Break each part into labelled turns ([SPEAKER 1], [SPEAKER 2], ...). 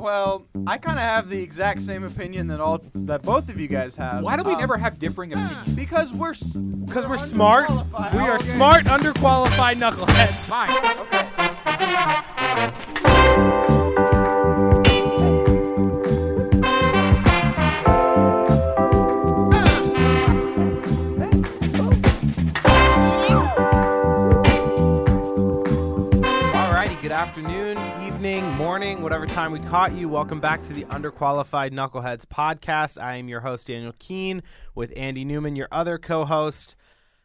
[SPEAKER 1] Well, I kind of have the exact same opinion that all that both of you guys have.
[SPEAKER 2] Why do we
[SPEAKER 1] Um,
[SPEAKER 2] never have differing opinions?
[SPEAKER 1] Because we're s-
[SPEAKER 3] Because we're smart.
[SPEAKER 1] underqualified.
[SPEAKER 3] We are
[SPEAKER 1] Okay.
[SPEAKER 3] smart, underqualified knuckleheads.
[SPEAKER 2] Fine.
[SPEAKER 1] Okay.
[SPEAKER 4] Alrighty, good afternoon, evening, morning, whatever time we caught you. Welcome back to the Underqualified Knuckleheads podcast. I am your host Daniel Keene with Andy Newman, your other co-host.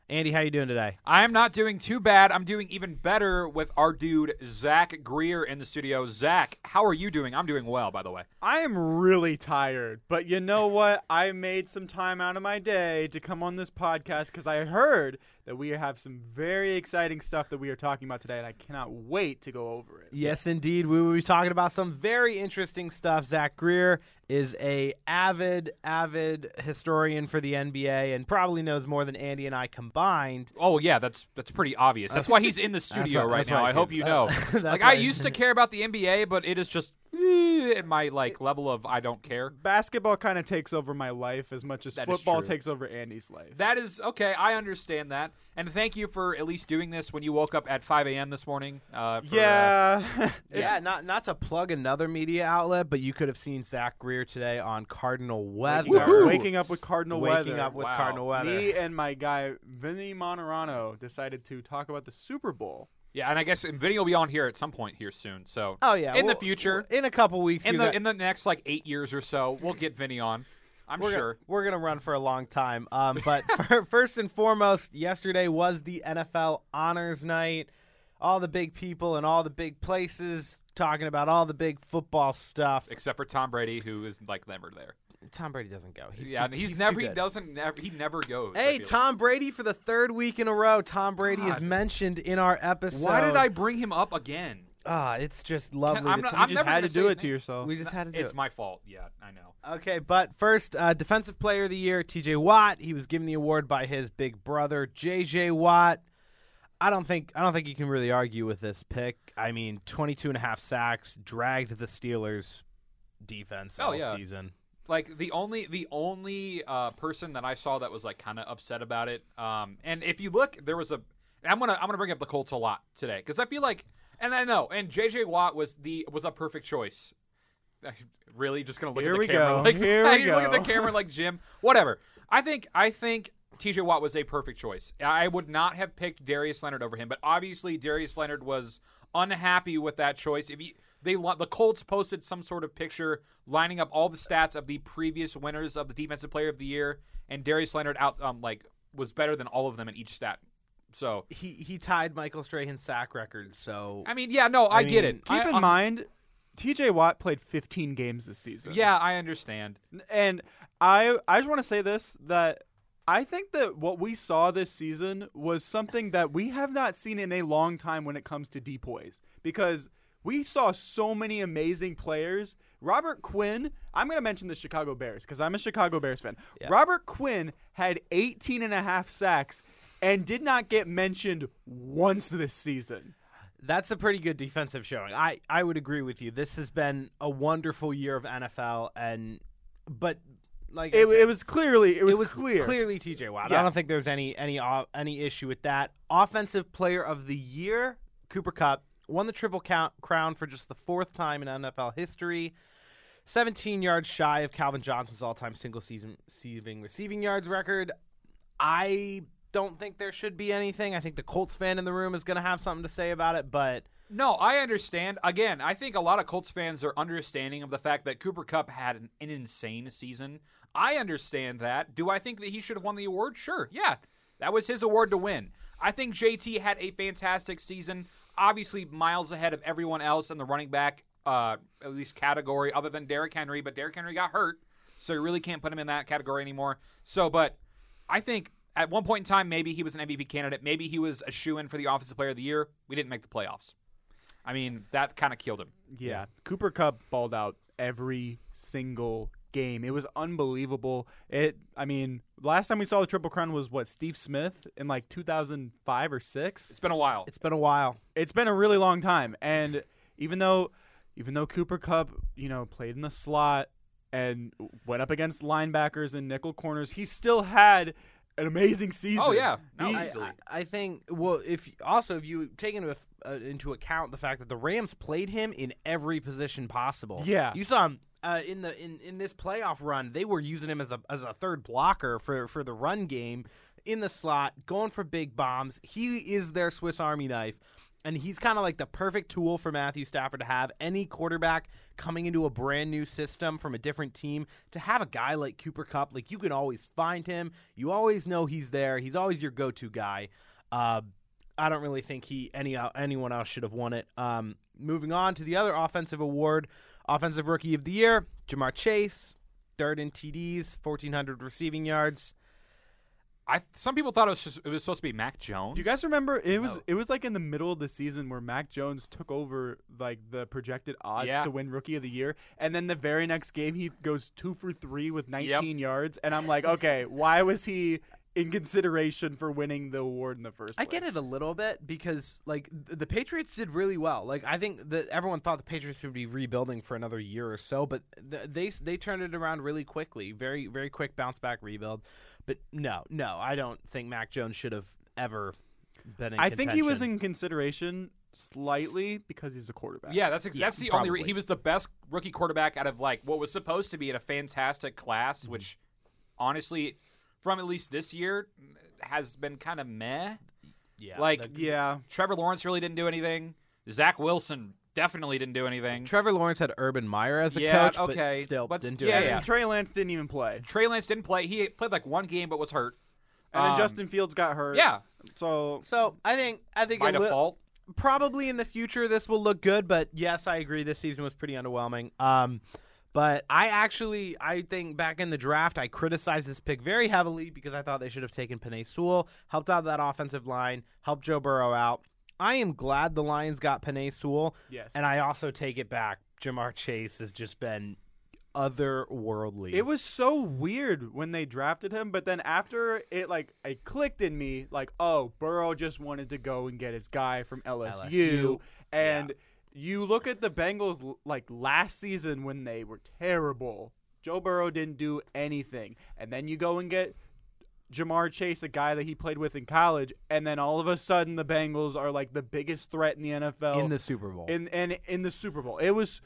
[SPEAKER 4] Andy, how you doing today?
[SPEAKER 2] I am not doing too bad. I'm doing even better with our dude Zach Greer in the studio. Zach, how are you doing? I'm doing well, by the way.
[SPEAKER 1] I am really tired, but you know what? I made some time out of my day to come on this podcast because I heard that we have some very exciting stuff that we are talking about today, and I cannot wait to go over it.
[SPEAKER 4] Yes, indeed. We will be talking about some very interesting stuff. Zach Greer is a avid, avid historian for the NBA and probably knows more than Andy and I combined.
[SPEAKER 2] Oh yeah, that's that's pretty obvious. That's why he's in the studio
[SPEAKER 4] why-
[SPEAKER 2] right
[SPEAKER 4] that's
[SPEAKER 2] now. I
[SPEAKER 4] why he's
[SPEAKER 2] hope
[SPEAKER 4] here.
[SPEAKER 2] you know.
[SPEAKER 4] That's
[SPEAKER 2] like
[SPEAKER 4] why
[SPEAKER 2] I
[SPEAKER 4] he's
[SPEAKER 2] used to
[SPEAKER 4] here.
[SPEAKER 2] care about the NBA, but it is just eh, in my like level of I don't care.
[SPEAKER 1] Basketball kind of takes over my life as much as
[SPEAKER 2] That is
[SPEAKER 1] football
[SPEAKER 2] true.
[SPEAKER 1] takes over Andy's life.
[SPEAKER 2] That is okay. I understand that, and thank you for at least doing this when you woke up at 5 a.m. this morning. Uh, for, uh,
[SPEAKER 1] yeah. It's-
[SPEAKER 4] Yeah, not not to plug another media outlet, but you could have seen Zach Greer today on Cardinal Weather.
[SPEAKER 1] waking, up,
[SPEAKER 2] Woohoo!
[SPEAKER 1] waking up with Cardinal
[SPEAKER 4] Waking
[SPEAKER 1] Weather.
[SPEAKER 4] up with
[SPEAKER 2] Wow.
[SPEAKER 4] Cardinal Weather.
[SPEAKER 1] Me and my guy Vinny Monterano decided to talk about the Super Bowl.
[SPEAKER 2] yeah, and I guess Vinny will be on here at some point here soon. So
[SPEAKER 4] oh yeah,
[SPEAKER 2] in
[SPEAKER 4] well,
[SPEAKER 2] the future,
[SPEAKER 4] in a couple weeks,
[SPEAKER 2] in
[SPEAKER 4] you
[SPEAKER 2] the
[SPEAKER 4] got-
[SPEAKER 2] in the next like eight years or so, we'll get Vinny on. I'm
[SPEAKER 4] we're
[SPEAKER 2] sure.
[SPEAKER 4] Gonna, we're gonna run for a long time. Um, but fir- first and foremost, yesterday was the NFL Honors Night. All the big people and all the big places talking about all the big football stuff.
[SPEAKER 2] Except for Tom Brady, who is like never there.
[SPEAKER 4] Tom Brady doesn't go. He's
[SPEAKER 2] yeah,
[SPEAKER 4] too-
[SPEAKER 2] and he's,
[SPEAKER 4] too
[SPEAKER 2] never. He
[SPEAKER 4] good.
[SPEAKER 2] doesn't. Never. He never goes. I
[SPEAKER 4] Hey,
[SPEAKER 2] feel.
[SPEAKER 4] Tom Brady for the third week in a row. Tom Brady is mentioned in our episode.
[SPEAKER 2] Why did I bring him up again?
[SPEAKER 4] Ah, it's just lovely.
[SPEAKER 2] I'm
[SPEAKER 4] to
[SPEAKER 2] not-
[SPEAKER 4] t-
[SPEAKER 2] I'm
[SPEAKER 4] we just
[SPEAKER 2] never
[SPEAKER 4] had
[SPEAKER 2] gonna
[SPEAKER 4] to
[SPEAKER 2] say
[SPEAKER 4] do
[SPEAKER 2] his
[SPEAKER 4] it to
[SPEAKER 2] name.
[SPEAKER 4] yourself. We just had to do
[SPEAKER 2] It's
[SPEAKER 4] it.
[SPEAKER 2] my fault. Yeah, I know.
[SPEAKER 4] Okay, but first, uh, Defensive Player of the Year, TJ Watt. He was given the award by his big brother, JJ Watt. I don't think I don't think you can really argue with this pick. I mean, 22 and a half sacks, dragged the Steelers defense
[SPEAKER 2] Oh,
[SPEAKER 4] all
[SPEAKER 2] yeah.
[SPEAKER 4] season.
[SPEAKER 2] Like the only the only uh, person that I saw that was like kind of upset about it. Um, and if you look, there was a. and I'm gonna I'm gonna bring up the Colts a lot today because I feel like, and I know, and JJ Watt was the was a perfect choice. really, just gonna look
[SPEAKER 1] Here
[SPEAKER 2] at the
[SPEAKER 1] we
[SPEAKER 2] camera
[SPEAKER 1] go.
[SPEAKER 2] like
[SPEAKER 1] Here we
[SPEAKER 2] I need to look at the
[SPEAKER 1] go.
[SPEAKER 2] camera like Jim. Whatever. I think I think T.J. Watt was a perfect choice. I would not have picked Darius Leonard over him, but obviously Darius Leonard was unhappy with that choice. If he, they lo- the Colts posted some sort of picture lining up all the stats of the previous winners of the Defensive Player of the Year, and Darius Leonard out um like was better than all of them in each stat. So
[SPEAKER 4] He he tied Michael Strahan's sack record, so
[SPEAKER 2] I mean, yeah, no, I,
[SPEAKER 4] I
[SPEAKER 2] get
[SPEAKER 4] mean,
[SPEAKER 2] it.
[SPEAKER 1] Keep
[SPEAKER 2] I- uh,
[SPEAKER 1] in
[SPEAKER 2] I-
[SPEAKER 1] mind, TJ Watt played 15 games this season.
[SPEAKER 2] yeah, I understand.
[SPEAKER 1] And I I just want to say this that I think that what we saw this season was something that we have not seen in a long time when it comes to depoys because we saw so many amazing players. Robert Quinn, I'm going to mention the Chicago Bears because I'm a Chicago Bears fan. Robert Quinn had 18 and a half sacks and did not get mentioned once this season.
[SPEAKER 4] That's a pretty good defensive showing. I, I would agree with you. This has been a wonderful year of NFL, and but like I
[SPEAKER 1] It,
[SPEAKER 4] said,
[SPEAKER 1] it was clearly it was,
[SPEAKER 4] it was
[SPEAKER 1] clear.
[SPEAKER 4] clearly TJ Watt.
[SPEAKER 1] Yeah.
[SPEAKER 4] I don't think there's any any uh, any issue with that. Offensive Player of the Year, Cooper Cup won the triple count, crown for just the fourth time in NFL history. 17 yards shy of Calvin Johnson's all-time single season receiving receiving yards record. I don't think there should be anything. I think the Colts fan in the room is going to have something to say about it, but
[SPEAKER 2] No, I understand. Again, I think a lot of Colts fans are understanding of the fact that Cooper Cup had an, an insane season. I understand that. Do I think that he should have won the award? Sure. Yeah. That was his award to win. I think JT had a fantastic season, obviously miles ahead of everyone else in the running back uh at least category other than Derrick Henry, but Derrick Henry got hurt, so you really can't put him in that category anymore. So, but I think at one point in time maybe he was an MVP candidate, maybe he was a shoe-in for the offensive player of the year. We didn't make the playoffs. I mean, that kind of killed him.
[SPEAKER 1] Yeah. Cooper Cup balled out every single game. It was unbelievable. It I mean, last time we saw the Triple Crown was what, Steve Smith in like two thousand five or six?
[SPEAKER 2] It's been a while.
[SPEAKER 4] it's been a while.
[SPEAKER 1] It's been a really long time. And even though even though Cooper Cup, you know, played in the slot and went up against linebackers and nickel corners, he still had an amazing season.
[SPEAKER 2] Oh, yeah. No,
[SPEAKER 1] He-
[SPEAKER 4] I,
[SPEAKER 2] easily.
[SPEAKER 4] I, I think. Well, if also if you take into af- uh, into account the fact that the Rams played him in every position possible.
[SPEAKER 1] Yeah.
[SPEAKER 4] you saw him. Uh, in the in, in this playoff run, they were using him as a as a third blocker for, for the run game, in the slot, going for big bombs. He is their Swiss Army knife, and he's kind of like the perfect tool for Matthew Stafford to have. Any quarterback coming into a brand new system from a different team to have a guy like Cooper Cup, like you can always find him. You always know he's there. He's always your go to guy. Uh, I don't really think he any uh, anyone else should have won it. Um, moving on to the other offensive award, offensive rookie of the year, Jamar Chase, third in TDs, fourteen hundred receiving yards.
[SPEAKER 2] I some people thought it was just, it was supposed to be Mac Jones.
[SPEAKER 1] Do you guys remember it was
[SPEAKER 2] No.
[SPEAKER 1] it was like in the middle of the season where Mac Jones took over like the projected odds
[SPEAKER 2] Yeah.
[SPEAKER 1] to win rookie of the year and then the very next game he goes 2 for 3 with 19 yards and I'm like, "Okay, why was he in consideration for winning the award in the first
[SPEAKER 4] I
[SPEAKER 1] place?"
[SPEAKER 4] get it a little bit because like th- the Patriots did really well. Like I think that everyone thought the Patriots would be rebuilding for another year or so, but th- they they turned it around really quickly. Very very quick bounce back rebuild. But no, no, I don't think Mac Jones should have ever been in
[SPEAKER 1] I think he was
[SPEAKER 4] contention.
[SPEAKER 1] in consideration slightly because he's a quarterback.
[SPEAKER 2] Yeah, that's ex-
[SPEAKER 4] Yeah,
[SPEAKER 2] that's the only. Re-
[SPEAKER 4] probably.
[SPEAKER 2] he was the best rookie quarterback out of like what was supposed to be a fantastic class, which honestly, from at least this year, has been kind of meh.
[SPEAKER 4] yeah,
[SPEAKER 2] like
[SPEAKER 4] the-
[SPEAKER 1] Yeah.
[SPEAKER 2] Trevor Lawrence really didn't do anything. Zach Wilson definitely didn't do anything.
[SPEAKER 4] Trevor Lawrence had Urban Meyer as a
[SPEAKER 2] Yeah,
[SPEAKER 4] coach,
[SPEAKER 2] okay,
[SPEAKER 4] but still
[SPEAKER 2] but
[SPEAKER 4] didn't
[SPEAKER 2] s-
[SPEAKER 4] do
[SPEAKER 2] yeah,
[SPEAKER 4] anything.
[SPEAKER 2] yeah.
[SPEAKER 1] And Trey Lance didn't even play.
[SPEAKER 2] Trey Lance didn't play. He played like one game but was hurt.
[SPEAKER 1] And then
[SPEAKER 2] Um,
[SPEAKER 1] Justin Fields got hurt.
[SPEAKER 2] Yeah,
[SPEAKER 1] So
[SPEAKER 4] So I think I think
[SPEAKER 2] by
[SPEAKER 4] a li-
[SPEAKER 2] default.
[SPEAKER 4] probably in the future this will look good, but yes, I agree this season was pretty underwhelming. Um but I actually I think back in the draft I criticized this pick very heavily because I thought they should have taken Panay Sewell, helped out that offensive line, helped Joe Burrow out. I am glad the Lions got Panay Sewell,
[SPEAKER 1] yes.
[SPEAKER 4] and I also take it back. Jamar Chase has just been otherworldly.
[SPEAKER 1] It was so weird when they drafted him, but then after it like it clicked in me, like, oh, Burrow just wanted to go and get his guy from LSU,
[SPEAKER 4] LSU,
[SPEAKER 1] and you look at the Bengals l- like last season when they were terrible. Joe Burrow didn't do anything, and then you go and get Jamar Chase, a guy that he played with in college, and then all of a sudden the Bengals are like the biggest threat in the NFL
[SPEAKER 4] in the Super Bowl.
[SPEAKER 1] in and in the Super Bowl. It was,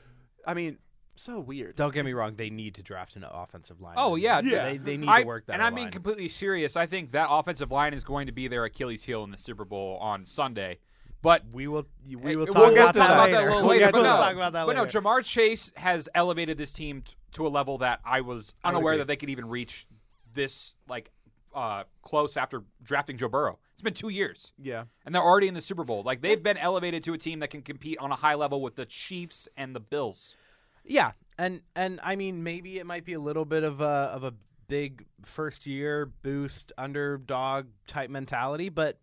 [SPEAKER 1] I mean, so weird.
[SPEAKER 4] Don't get me wrong; they need to draft an offensive line.
[SPEAKER 2] Oh yeah,
[SPEAKER 1] Yeah.
[SPEAKER 4] they, they need
[SPEAKER 2] I-
[SPEAKER 4] to work that.
[SPEAKER 2] And I'm being
[SPEAKER 4] line.
[SPEAKER 2] completely serious. I think that offensive line is going to be their Achilles heel in the Super Bowl on Sunday. But
[SPEAKER 4] we will we
[SPEAKER 2] Hey,
[SPEAKER 4] will talk
[SPEAKER 1] we'll get
[SPEAKER 4] about
[SPEAKER 1] to
[SPEAKER 4] that
[SPEAKER 1] that.
[SPEAKER 2] about
[SPEAKER 4] later.
[SPEAKER 2] that a little
[SPEAKER 1] We'll
[SPEAKER 2] later.
[SPEAKER 1] get
[SPEAKER 2] but
[SPEAKER 1] to
[SPEAKER 2] no,
[SPEAKER 1] that.
[SPEAKER 4] talk about that
[SPEAKER 2] but
[SPEAKER 4] later.
[SPEAKER 2] no, Jamar Chase has elevated this team t- to a level that I was
[SPEAKER 4] would
[SPEAKER 2] unaware
[SPEAKER 4] agree.
[SPEAKER 2] that they could even reach this like uh, close after drafting Joe Burrow. It's been two years,
[SPEAKER 1] Yeah.
[SPEAKER 2] and they're already in the Super Bowl. Like they've been elevated to a team that can compete on a high level with the Chiefs and the Bills.
[SPEAKER 4] Yeah, and and I mean maybe it might be a little bit of a of a big first year boost underdog type mentality, but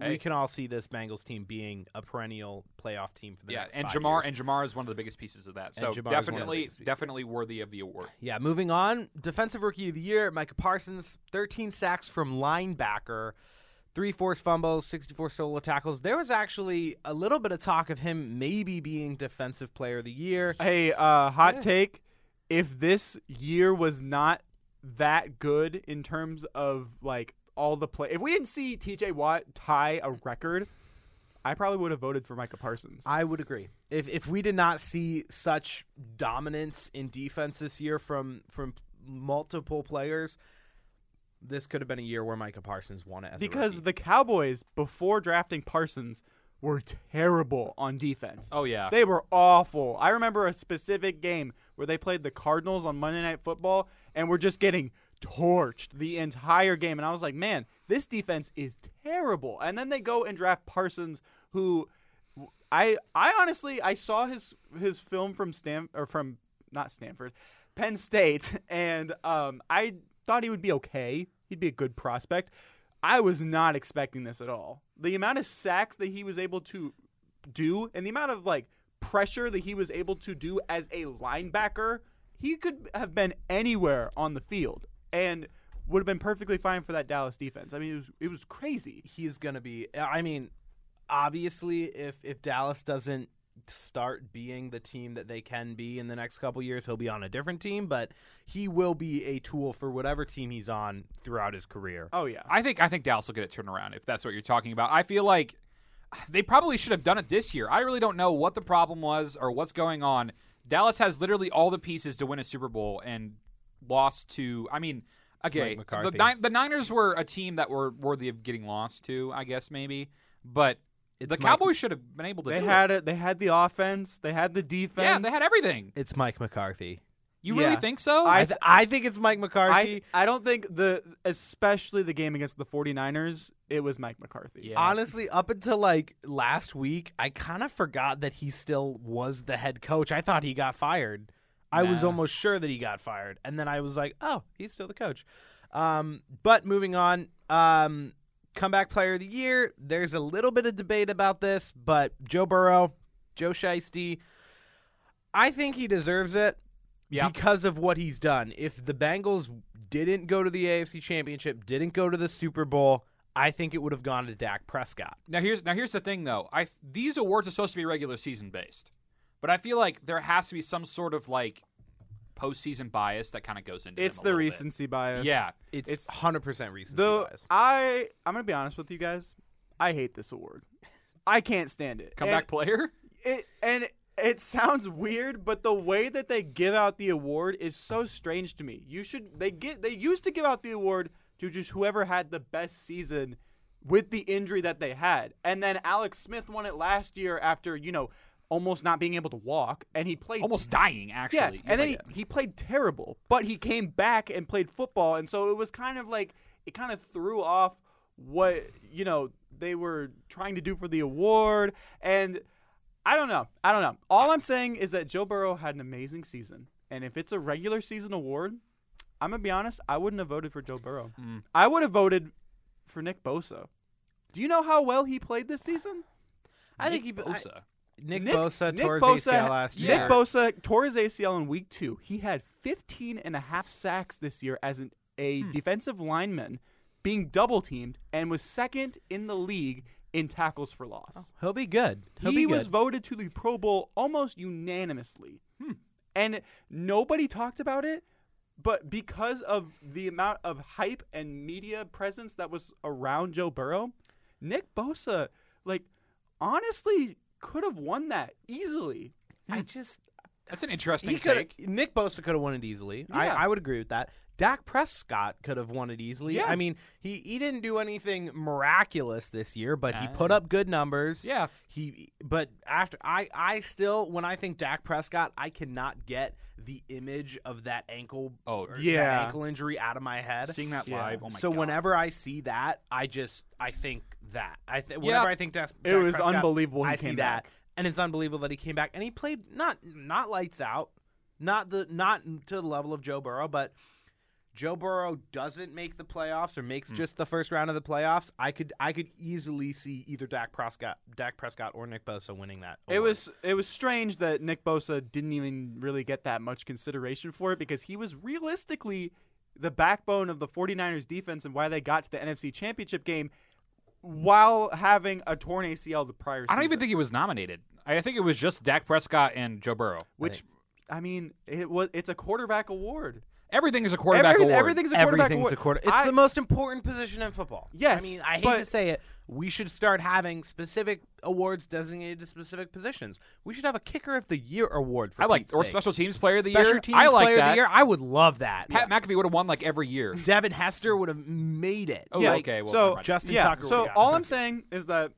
[SPEAKER 2] Hey.
[SPEAKER 4] we can all see this Bengals team being a perennial playoff team for the
[SPEAKER 2] yeah,
[SPEAKER 4] next
[SPEAKER 2] and
[SPEAKER 4] five
[SPEAKER 2] Jamar
[SPEAKER 4] years.
[SPEAKER 2] and Jamar is one of the biggest pieces of that.
[SPEAKER 4] And
[SPEAKER 2] So
[SPEAKER 4] Jamar is one of the
[SPEAKER 2] definitely,
[SPEAKER 4] biggest pieces.
[SPEAKER 2] definitely worthy of the award.
[SPEAKER 4] yeah, moving on, defensive rookie of the year, Micah Parsons, 13 sacks from linebacker. Three forced fumbles, 64 solo tackles. There was actually a little bit of talk of him maybe being defensive player of the year.
[SPEAKER 1] Hey, uh, hot
[SPEAKER 2] Yeah.
[SPEAKER 1] take. If this year was not that good in terms of like all the play, if we didn't see TJ Watt tie a record, I probably would have voted for Micah Parsons.
[SPEAKER 4] I would agree. If if we did not see such dominance in defense this year from from multiple players, this could have been a year where Micah Parsons won it as a
[SPEAKER 1] because
[SPEAKER 4] rookie.
[SPEAKER 1] the Cowboys, before drafting Parsons, were terrible on defense.
[SPEAKER 2] Oh yeah,
[SPEAKER 1] They were awful. I remember a specific game where they played the Cardinals on Monday Night Football and were just getting torched the entire game. And I was like, man, this defense is terrible. And then they go and draft Parsons, who I I honestly I saw his his film from Stan or from not Stanford, Penn State, and um, I thought he would be okay. He'd be a good prospect. I was not expecting this at all. The amount of sacks that he was able to do and the amount of like pressure that he was able to do as a linebacker, he could have been anywhere on the field and would have been perfectly fine for that Dallas defense. I mean, it was it was crazy.
[SPEAKER 4] he's going to be. I mean, obviously, if if Dallas doesn't start being the team that they can be in the next couple years. He'll be on a different team, but he will be a tool for whatever team he's on throughout his career.
[SPEAKER 1] Oh yeah.
[SPEAKER 2] I think I think Dallas will get it turned around if that's what you're talking about. I feel like they probably should have done it this year. I really don't know what the problem was or what's going on. Dallas has literally all the pieces to win a Super Bowl and lost to. I mean, okay,
[SPEAKER 4] Mike
[SPEAKER 2] the,
[SPEAKER 4] McCarthy.
[SPEAKER 2] Ni- the Niners were a team that were worthy of getting lost to, I guess maybe, but
[SPEAKER 4] It's
[SPEAKER 2] the
[SPEAKER 4] Mike-
[SPEAKER 2] Cowboys should have been able to.
[SPEAKER 1] They
[SPEAKER 2] do
[SPEAKER 1] had it. They had the offense. They had the
[SPEAKER 2] it.
[SPEAKER 1] defense.
[SPEAKER 2] yeah, they had everything.
[SPEAKER 4] It's Mike McCarthy.
[SPEAKER 2] You
[SPEAKER 1] Yeah.
[SPEAKER 2] really think so?
[SPEAKER 4] I th- I think it's Mike McCarthy.
[SPEAKER 1] I, I don't think the especially the game against the 49ers it was Mike McCarthy.
[SPEAKER 2] Yeah.
[SPEAKER 4] Honestly, up until like last week, I kind of forgot that he still was the head coach. I thought he got fired. I was
[SPEAKER 2] Nah.
[SPEAKER 4] almost sure that he got fired, and then I was like, "Oh, he's still the coach." Um, but moving on, um, comeback player of the year. There's a little bit of debate about this, but Joe Burrow, Joe Shiesty, I think he deserves it
[SPEAKER 2] Yeah.
[SPEAKER 4] because of what he's done. If the Bengals didn't go to the AFC Championship, didn't go to the Super Bowl, I think it would have gone to Dak Prescott.
[SPEAKER 2] Now here's now here's the thing though. I these awards are supposed to be regular season based, but I feel like there has to be some sort of like postseason bias that kind of goes into.
[SPEAKER 1] It's
[SPEAKER 2] them a
[SPEAKER 1] the
[SPEAKER 2] little bit.
[SPEAKER 1] recency bias.
[SPEAKER 2] Yeah,
[SPEAKER 4] It's,
[SPEAKER 1] It's-
[SPEAKER 4] 100% recency
[SPEAKER 1] Though
[SPEAKER 4] bias.
[SPEAKER 1] I I'm gonna be honest with you guys, I hate this award. I can't stand it.
[SPEAKER 2] comeback
[SPEAKER 1] and
[SPEAKER 2] player.
[SPEAKER 1] It and it sounds weird, but the way that they give out the award is so strange to me. You should they get they used to give out the award to just whoever had the best season with the injury that they had. And then Alex Smith won it last year after, you know, almost not being able to walk and he played
[SPEAKER 2] almost dying actually.
[SPEAKER 1] Yeah,
[SPEAKER 2] You're
[SPEAKER 1] and then
[SPEAKER 2] like-
[SPEAKER 1] he, he played terrible, but he came back and played football, and so it was kind of like it kind of threw off what you know they were trying to do for the award, and I don't know, I don't know. All I'm saying is that Joe Burrow had an amazing season, and if it's a regular season award, I'm gonna be honest, I wouldn't have voted for Joe Burrow.
[SPEAKER 2] Mm.
[SPEAKER 1] I would have voted for Nick Bosa. Do you know how well he played this season?
[SPEAKER 4] I think he
[SPEAKER 2] Nick
[SPEAKER 4] I-
[SPEAKER 2] Bosa.
[SPEAKER 4] Nick, Bosa
[SPEAKER 1] Nick
[SPEAKER 4] tore his
[SPEAKER 1] Bosa-
[SPEAKER 4] ACL last year.
[SPEAKER 1] Nick
[SPEAKER 2] Yeah.
[SPEAKER 1] Bosa tore his ACL in week two. He had 15 and a half sacks this year as an, a defensive lineman, being double teamed, and was second in the league in tackles for loss.
[SPEAKER 4] He'll be good. He'll
[SPEAKER 1] he
[SPEAKER 4] be good.
[SPEAKER 1] was voted to the Pro Bowl almost unanimously.
[SPEAKER 4] Hmm.
[SPEAKER 1] And nobody talked about it, but because of the amount of hype and media presence that was around Joe Burrow, Nick Bosa, like, honestly could have won that easily.
[SPEAKER 4] I just
[SPEAKER 2] That's an interesting
[SPEAKER 4] he could
[SPEAKER 2] take.
[SPEAKER 4] Nick Bosa could have won it easily. I,
[SPEAKER 1] Yeah.
[SPEAKER 4] I would agree with that. Dak Prescott could have won it easily.
[SPEAKER 1] Yeah.
[SPEAKER 4] I mean, he, he didn't do anything miraculous this year, but he
[SPEAKER 2] Uh,
[SPEAKER 4] put up good numbers.
[SPEAKER 2] Yeah,
[SPEAKER 4] He but after I I still when I think Dak Prescott, I cannot get the image of that ankle
[SPEAKER 2] Oh,
[SPEAKER 4] or that
[SPEAKER 1] yeah.
[SPEAKER 4] ankle injury out of my head.
[SPEAKER 2] seeing that
[SPEAKER 1] Yeah.
[SPEAKER 2] live. Oh my
[SPEAKER 4] so
[SPEAKER 2] God.
[SPEAKER 4] whenever I see that, I just I think that. I th-
[SPEAKER 2] Yeah.
[SPEAKER 4] whenever I think Dak,
[SPEAKER 1] It
[SPEAKER 4] Dak
[SPEAKER 1] was
[SPEAKER 4] Prescott,
[SPEAKER 1] unbelievable he
[SPEAKER 4] I see
[SPEAKER 1] came
[SPEAKER 4] that.
[SPEAKER 1] back.
[SPEAKER 4] And it's unbelievable that he came back and he played not not lights out, not the not to the level of Joe Burrow, but Joe Burrow doesn't make the playoffs or makes just the first round of the playoffs. I could I could easily see either Dak Prescott, Dak Prescott or Nick Bosa winning that.
[SPEAKER 1] It
[SPEAKER 4] award.
[SPEAKER 1] was it was strange that Nick Bosa didn't even really get that much consideration for it because he was realistically the backbone of the 49ers defense and why they got to the NFC Championship game while having a torn ACL the prior
[SPEAKER 2] I don't even
[SPEAKER 1] season,
[SPEAKER 2] think he was nominated. I think it was just Dak Prescott and Joe Burrow.
[SPEAKER 1] which I mean it was it's a quarterback award.
[SPEAKER 2] Everything is a quarterback
[SPEAKER 1] Every-
[SPEAKER 2] award.
[SPEAKER 1] Everything's a quarterback
[SPEAKER 4] everything's
[SPEAKER 1] award.
[SPEAKER 4] a quarter. It's
[SPEAKER 1] I-
[SPEAKER 4] the most important position in football. I
[SPEAKER 1] Yes,
[SPEAKER 4] mean, I hate
[SPEAKER 1] but-
[SPEAKER 4] to say it. We should start having specific awards designated to specific positions. We should have a kicker of the year award for
[SPEAKER 2] I like
[SPEAKER 4] Pete's
[SPEAKER 2] or
[SPEAKER 4] sake.
[SPEAKER 2] special teams player of the
[SPEAKER 4] Special
[SPEAKER 2] year.
[SPEAKER 4] teams
[SPEAKER 2] I like
[SPEAKER 4] player
[SPEAKER 2] that.
[SPEAKER 4] of the year. I would love that.
[SPEAKER 2] Pat McAfee would have won like every year.
[SPEAKER 4] Devin Hester would have made it.
[SPEAKER 2] Oh,
[SPEAKER 1] Yeah,
[SPEAKER 2] okay. Well,
[SPEAKER 1] so-
[SPEAKER 2] never mind.
[SPEAKER 4] Justin
[SPEAKER 1] yeah,
[SPEAKER 4] Tucker.
[SPEAKER 1] so
[SPEAKER 4] would've gotten
[SPEAKER 1] all
[SPEAKER 4] it.
[SPEAKER 1] I'm saying is that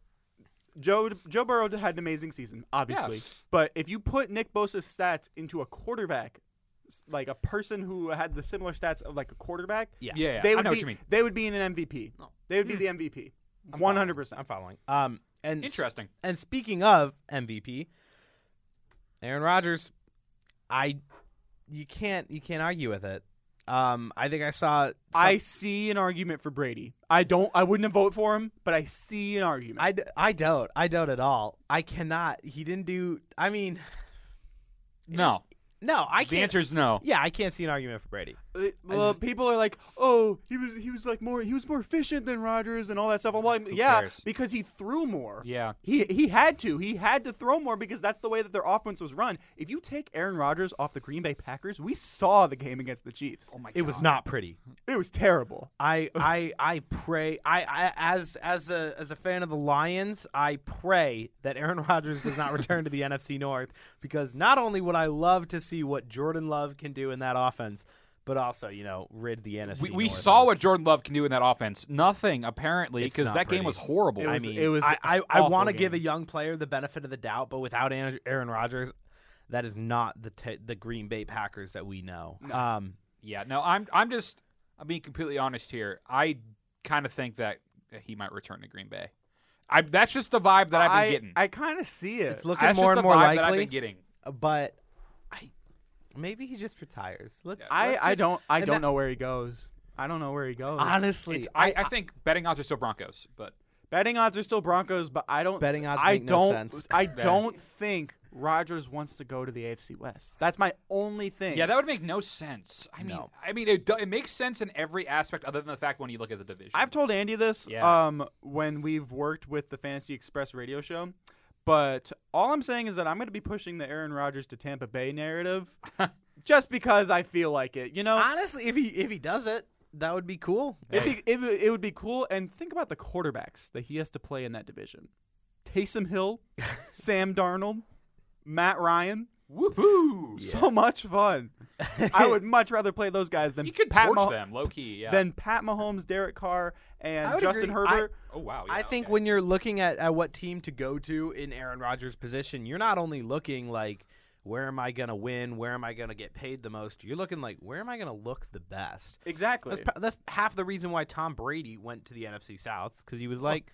[SPEAKER 1] Joe Joe Burrow had an amazing season, obviously. But if you put Nick Bosa's stats into a quarterback, s- like a person who had the similar stats of like a quarterback,
[SPEAKER 4] yeah,
[SPEAKER 2] yeah, yeah,
[SPEAKER 1] they
[SPEAKER 2] I
[SPEAKER 1] would
[SPEAKER 2] know
[SPEAKER 1] be,
[SPEAKER 2] what you mean.
[SPEAKER 1] They would be in an MVP.
[SPEAKER 4] No.
[SPEAKER 1] They would be the MVP. One
[SPEAKER 4] I'm following.
[SPEAKER 1] hundred percent.
[SPEAKER 4] I'm following. Um, and s-
[SPEAKER 2] Interesting.
[SPEAKER 4] And speaking of MVP, Aaron Rodgers, I you can't you can't argue with it. Um, I think I saw. some-
[SPEAKER 1] I see an argument for Brady. I don't. I wouldn't have voted for him, but I see an argument.
[SPEAKER 4] I, d- I don't. I don't at all. I cannot. He didn't do. I mean,
[SPEAKER 2] No,
[SPEAKER 4] No, I
[SPEAKER 2] The
[SPEAKER 4] can't.
[SPEAKER 2] answer is no.
[SPEAKER 4] yeah, I can't see an argument for Brady.
[SPEAKER 1] Uh, Well, people are like, "Oh, he was he was like more he was more efficient than Rodgers and all that stuff." I'm like, "Yeah,
[SPEAKER 2] cares?
[SPEAKER 1] because he threw more."
[SPEAKER 2] Yeah.
[SPEAKER 1] He he had to. He had to throw more because that's the way that their offense was run. If you take Aaron Rodgers off the Green Bay Packers, we saw the game against the Chiefs.
[SPEAKER 2] my
[SPEAKER 4] It was not pretty.
[SPEAKER 1] It was terrible.
[SPEAKER 4] I I I pray I, I as as a as a fan of the Lions, I pray that Aaron Rodgers does not return to the NFC North because not only would I love to see what Jordan Love can do in that offense, but also, you know, rid the NFC
[SPEAKER 2] We, we
[SPEAKER 4] North
[SPEAKER 2] saw
[SPEAKER 4] of-
[SPEAKER 2] what Jordan Love can do in that offense. Nothing apparently
[SPEAKER 4] It's
[SPEAKER 2] because
[SPEAKER 4] not
[SPEAKER 2] that
[SPEAKER 4] pretty.
[SPEAKER 2] game was horrible.
[SPEAKER 1] It
[SPEAKER 2] I
[SPEAKER 1] was-
[SPEAKER 2] mean,
[SPEAKER 1] it was
[SPEAKER 4] I I, I
[SPEAKER 1] awful
[SPEAKER 4] want to
[SPEAKER 1] game.
[SPEAKER 4] give a young player the benefit of the doubt, but without An- Aaron Rodgers, that is not the t- the Green Bay Packers that we know. Um
[SPEAKER 2] yeah. No, I'm I'm just I'm being completely honest here. I kind of think that he might return to Green Bay. I that's just the vibe that I've been
[SPEAKER 1] I
[SPEAKER 2] getting.
[SPEAKER 1] I kind of see it.
[SPEAKER 4] it's looking
[SPEAKER 2] that's
[SPEAKER 4] more
[SPEAKER 2] just
[SPEAKER 4] and
[SPEAKER 2] the
[SPEAKER 4] more
[SPEAKER 2] vibe
[SPEAKER 4] likely.
[SPEAKER 2] that I've been getting.
[SPEAKER 4] but I maybe he just retires. Let's.
[SPEAKER 1] I,
[SPEAKER 4] let's
[SPEAKER 1] I
[SPEAKER 4] just-
[SPEAKER 1] don't I
[SPEAKER 4] and
[SPEAKER 1] don't
[SPEAKER 4] that-
[SPEAKER 1] know where he goes. I don't know where he goes.
[SPEAKER 4] Honestly,
[SPEAKER 2] I, I think betting odds are still Broncos, but
[SPEAKER 1] Betting odds are still Broncos, but I don't.
[SPEAKER 4] Betting odds
[SPEAKER 1] I
[SPEAKER 4] make no
[SPEAKER 1] don't.
[SPEAKER 4] sense.
[SPEAKER 1] I don't think Rodgers wants to go to the AFC West. That's my only thing.
[SPEAKER 2] yeah, that would make no sense. I mean,
[SPEAKER 4] No.
[SPEAKER 2] I mean, it, do- it makes sense in every aspect other than the fact when you look at the division.
[SPEAKER 1] I've told Andy this.
[SPEAKER 2] Yeah.
[SPEAKER 1] Um, when we've worked with the Fantasy Express radio show, but all I'm saying is that I'm going to be pushing the Aaron Rodgers to Tampa Bay narrative, just because I feel like it. You know,
[SPEAKER 4] honestly, if he if he does it, that would be cool.
[SPEAKER 1] It'd be, it, would- it would be cool. And think about the quarterbacks that he has to play in that division Taysom Hill, Sam Darnold, Matt Ryan.
[SPEAKER 2] woohoo.
[SPEAKER 1] So much fun. I would much rather play those guys than
[SPEAKER 2] You could
[SPEAKER 1] Pat
[SPEAKER 2] torch
[SPEAKER 1] Mah-
[SPEAKER 2] them low key. Yeah.
[SPEAKER 1] than Pat Mahomes, Derek Carr,
[SPEAKER 4] I
[SPEAKER 1] and
[SPEAKER 4] would
[SPEAKER 1] Justin
[SPEAKER 4] agree.
[SPEAKER 1] Herbert.
[SPEAKER 2] oh wow.
[SPEAKER 4] I
[SPEAKER 2] yeah,
[SPEAKER 4] think
[SPEAKER 2] okay.
[SPEAKER 4] when you're looking at, at what team to go to in Aaron Rodgers' position, you're not only looking like where am I gonna win, where am I gonna get paid the most. You're looking like where am I gonna look the best.
[SPEAKER 1] exactly.
[SPEAKER 4] That's, pa- that's half the reason why Tom Brady went to the NFC South because he was like,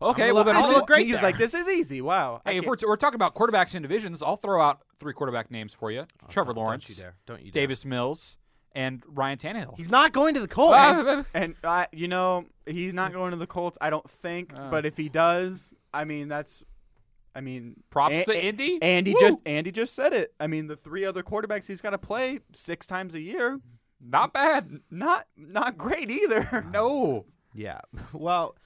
[SPEAKER 2] okay,
[SPEAKER 4] I'm
[SPEAKER 2] well
[SPEAKER 4] gonna
[SPEAKER 1] He was-
[SPEAKER 2] then I'll
[SPEAKER 4] look- I'm gonna
[SPEAKER 2] look
[SPEAKER 4] look great
[SPEAKER 1] He was
[SPEAKER 4] there.
[SPEAKER 1] like, "This is easy." Wow. I
[SPEAKER 2] Hey, if
[SPEAKER 1] can't-
[SPEAKER 2] we're, we're talking about quarterbacks and divisions, I'll throw out three quarterback names for Oh, you: Trevor Lawrence,
[SPEAKER 4] don't you dare, don't you dare.
[SPEAKER 2] Davis Mills, and Ryan Tannehill.
[SPEAKER 4] He's not going to the Colts.
[SPEAKER 2] Ah,
[SPEAKER 1] and I, you know, he's not going to the Colts. I don't think.
[SPEAKER 2] Uh.
[SPEAKER 1] But if he does, I mean, that's. I mean,
[SPEAKER 2] props
[SPEAKER 1] An-
[SPEAKER 2] to Indy.
[SPEAKER 1] Andy
[SPEAKER 2] Woo!
[SPEAKER 1] just Andy just said it. I mean, the three other quarterbacks he's got to play six times a year,
[SPEAKER 2] not bad.
[SPEAKER 1] not not great either.
[SPEAKER 2] No,
[SPEAKER 4] Yeah. Well,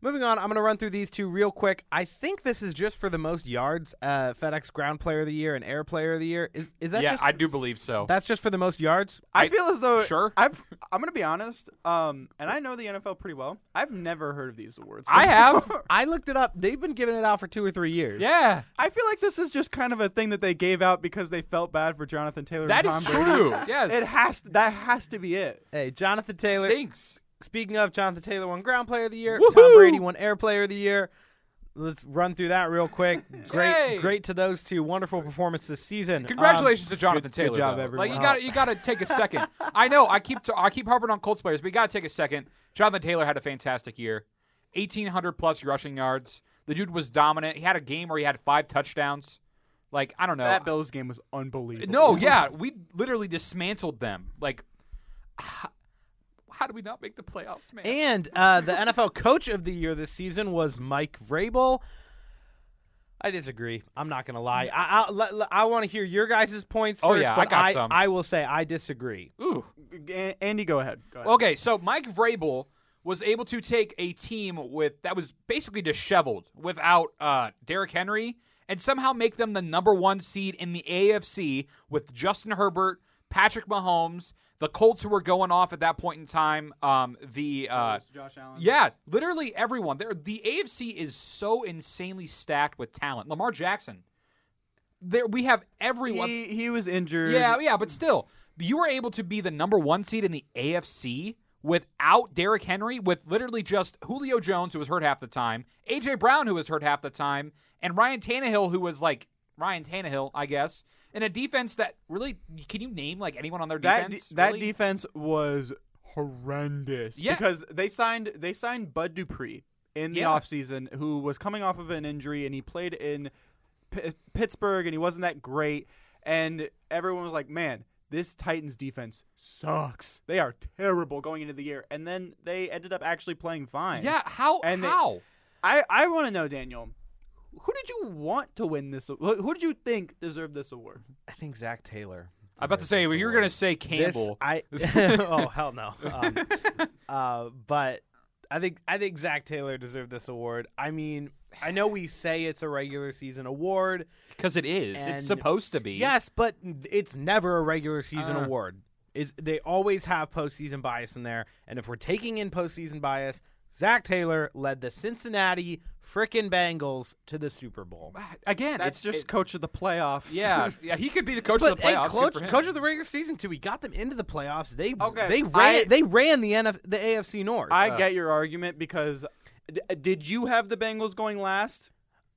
[SPEAKER 4] moving on, I'm going to run through these two real quick. I think this is just for the most yards, uh, FedEx Ground Player of the Year and Air Player of the Year. Is is that
[SPEAKER 2] yeah,
[SPEAKER 4] just
[SPEAKER 2] I do believe so.
[SPEAKER 4] that's just for the most yards?
[SPEAKER 1] I,
[SPEAKER 2] I-
[SPEAKER 1] feel as though
[SPEAKER 2] sure.
[SPEAKER 1] I've, I'm going to be honest, um, and I know the NFL pretty well. I've never heard of these awards.
[SPEAKER 2] I have.
[SPEAKER 1] before.
[SPEAKER 4] I looked it up. They've been giving it out for two or three years.
[SPEAKER 2] yeah,
[SPEAKER 1] I feel like this is just kind of a thing that they gave out because they felt bad for Jonathan Taylor.
[SPEAKER 2] that
[SPEAKER 1] and
[SPEAKER 2] is
[SPEAKER 1] Tom Brady.
[SPEAKER 2] true. yes,
[SPEAKER 1] It has to, that has to be it.
[SPEAKER 4] Hey, Jonathan Taylor.
[SPEAKER 2] stinks.
[SPEAKER 4] Speaking of, Jonathan Taylor won Ground Player of the Year. Tom
[SPEAKER 2] Woohoo!
[SPEAKER 4] Brady won Air Player of the Year. Let's run through that real quick. Great,
[SPEAKER 2] Yay!
[SPEAKER 4] great to those two. Wonderful performance this season. Um,
[SPEAKER 2] Congratulations to Jonathan
[SPEAKER 1] good- good
[SPEAKER 2] Taylor.
[SPEAKER 1] job,
[SPEAKER 2] though.
[SPEAKER 1] everyone.
[SPEAKER 2] Like you got you got to take a second. I know I keep t- I keep harping on Colts players, but you got to take a second. Jonathan Taylor had a fantastic year, eighteen hundred plus rushing yards. The dude was dominant. He had a game where he had five touchdowns. Like I don't know.
[SPEAKER 1] That Bills game was unbelievable.
[SPEAKER 2] no, yeah, we literally dismantled them. Like, how, how do we not make the playoffs, man?
[SPEAKER 4] And uh, the NFL Coach of the Year this season was Mike Vrabel. I disagree. I'm not going to lie. I, I, let- let- I want to hear your guys' points
[SPEAKER 2] Oh,
[SPEAKER 4] first,
[SPEAKER 2] yeah, I
[SPEAKER 4] but
[SPEAKER 2] got some.
[SPEAKER 4] I will say I disagree.
[SPEAKER 2] Ooh.
[SPEAKER 1] A- Andy, go ahead. Go ahead.
[SPEAKER 2] Okay, so Mike Vrabel was able to take a team with that was basically disheveled without uh, Derrick Henry and somehow make them the number one seed in the AFC with Justin Herbert, Patrick Mahomes, the Colts who were going off at that point in time, um, the uh,
[SPEAKER 1] Josh Allen.
[SPEAKER 2] yeah, literally everyone. There, the AFC is so insanely stacked with talent. Lamar Jackson. There, we have everyone.
[SPEAKER 1] He, he was injured.
[SPEAKER 2] Yeah, yeah, but still, you were able to be the number one seed in the AFC without Derrick Henry, with literally just Julio Jones, who was hurt half the time, AJ Brown, who was hurt half the time, and Ryan Tannehill, who was like Ryan Tannehill, I guess, in a defense that really can you name like anyone on their
[SPEAKER 1] that
[SPEAKER 2] defense?
[SPEAKER 1] de- that
[SPEAKER 2] really?
[SPEAKER 1] defense was horrendous
[SPEAKER 2] Yeah.
[SPEAKER 1] because they signed they signed Bud Dupree in the
[SPEAKER 2] Yeah.
[SPEAKER 1] offseason who was coming off of an injury and he played in P- Pittsburgh and he wasn't that great and everyone was like man this Titans defense sucks they are terrible going into the year and then they ended up actually playing fine
[SPEAKER 2] yeah, how
[SPEAKER 1] And they-
[SPEAKER 2] how
[SPEAKER 1] I I want to know Daniel who did you want to win this? Who who did you think deserved this award?
[SPEAKER 4] I think Zach Taylor.
[SPEAKER 2] I'm about to
[SPEAKER 4] deserves
[SPEAKER 2] say,
[SPEAKER 4] this
[SPEAKER 2] well, you're
[SPEAKER 4] award.
[SPEAKER 2] going to say Campbell.
[SPEAKER 4] This, I oh hell no. Um, uh, but I think I think Zach Taylor deserved this award. I mean, I know we say it's a regular season award.
[SPEAKER 2] Because it is.
[SPEAKER 4] And-
[SPEAKER 2] It's supposed to be.
[SPEAKER 4] Yes, but it's never a regular season
[SPEAKER 2] Uh.
[SPEAKER 4] award. Is they always have postseason bias in there, and if we're taking in postseason bias, Zach Taylor led the Cincinnati frickin' Bengals to the Super Bowl.
[SPEAKER 2] Again,
[SPEAKER 1] That's
[SPEAKER 2] it's
[SPEAKER 1] just
[SPEAKER 2] it-
[SPEAKER 1] coach of the playoffs.
[SPEAKER 2] yeah, yeah. He could be the coach
[SPEAKER 4] But
[SPEAKER 2] of the playoffs.
[SPEAKER 4] hey,
[SPEAKER 2] Good
[SPEAKER 4] coach,
[SPEAKER 2] for him.
[SPEAKER 4] coach of the regular season too. We got them into the playoffs. They
[SPEAKER 1] Okay,
[SPEAKER 4] they ran
[SPEAKER 1] I-
[SPEAKER 4] they ran the NF, the AFC North.
[SPEAKER 1] I
[SPEAKER 2] Uh,
[SPEAKER 1] get your argument because d- uh, did you have the Bengals going last?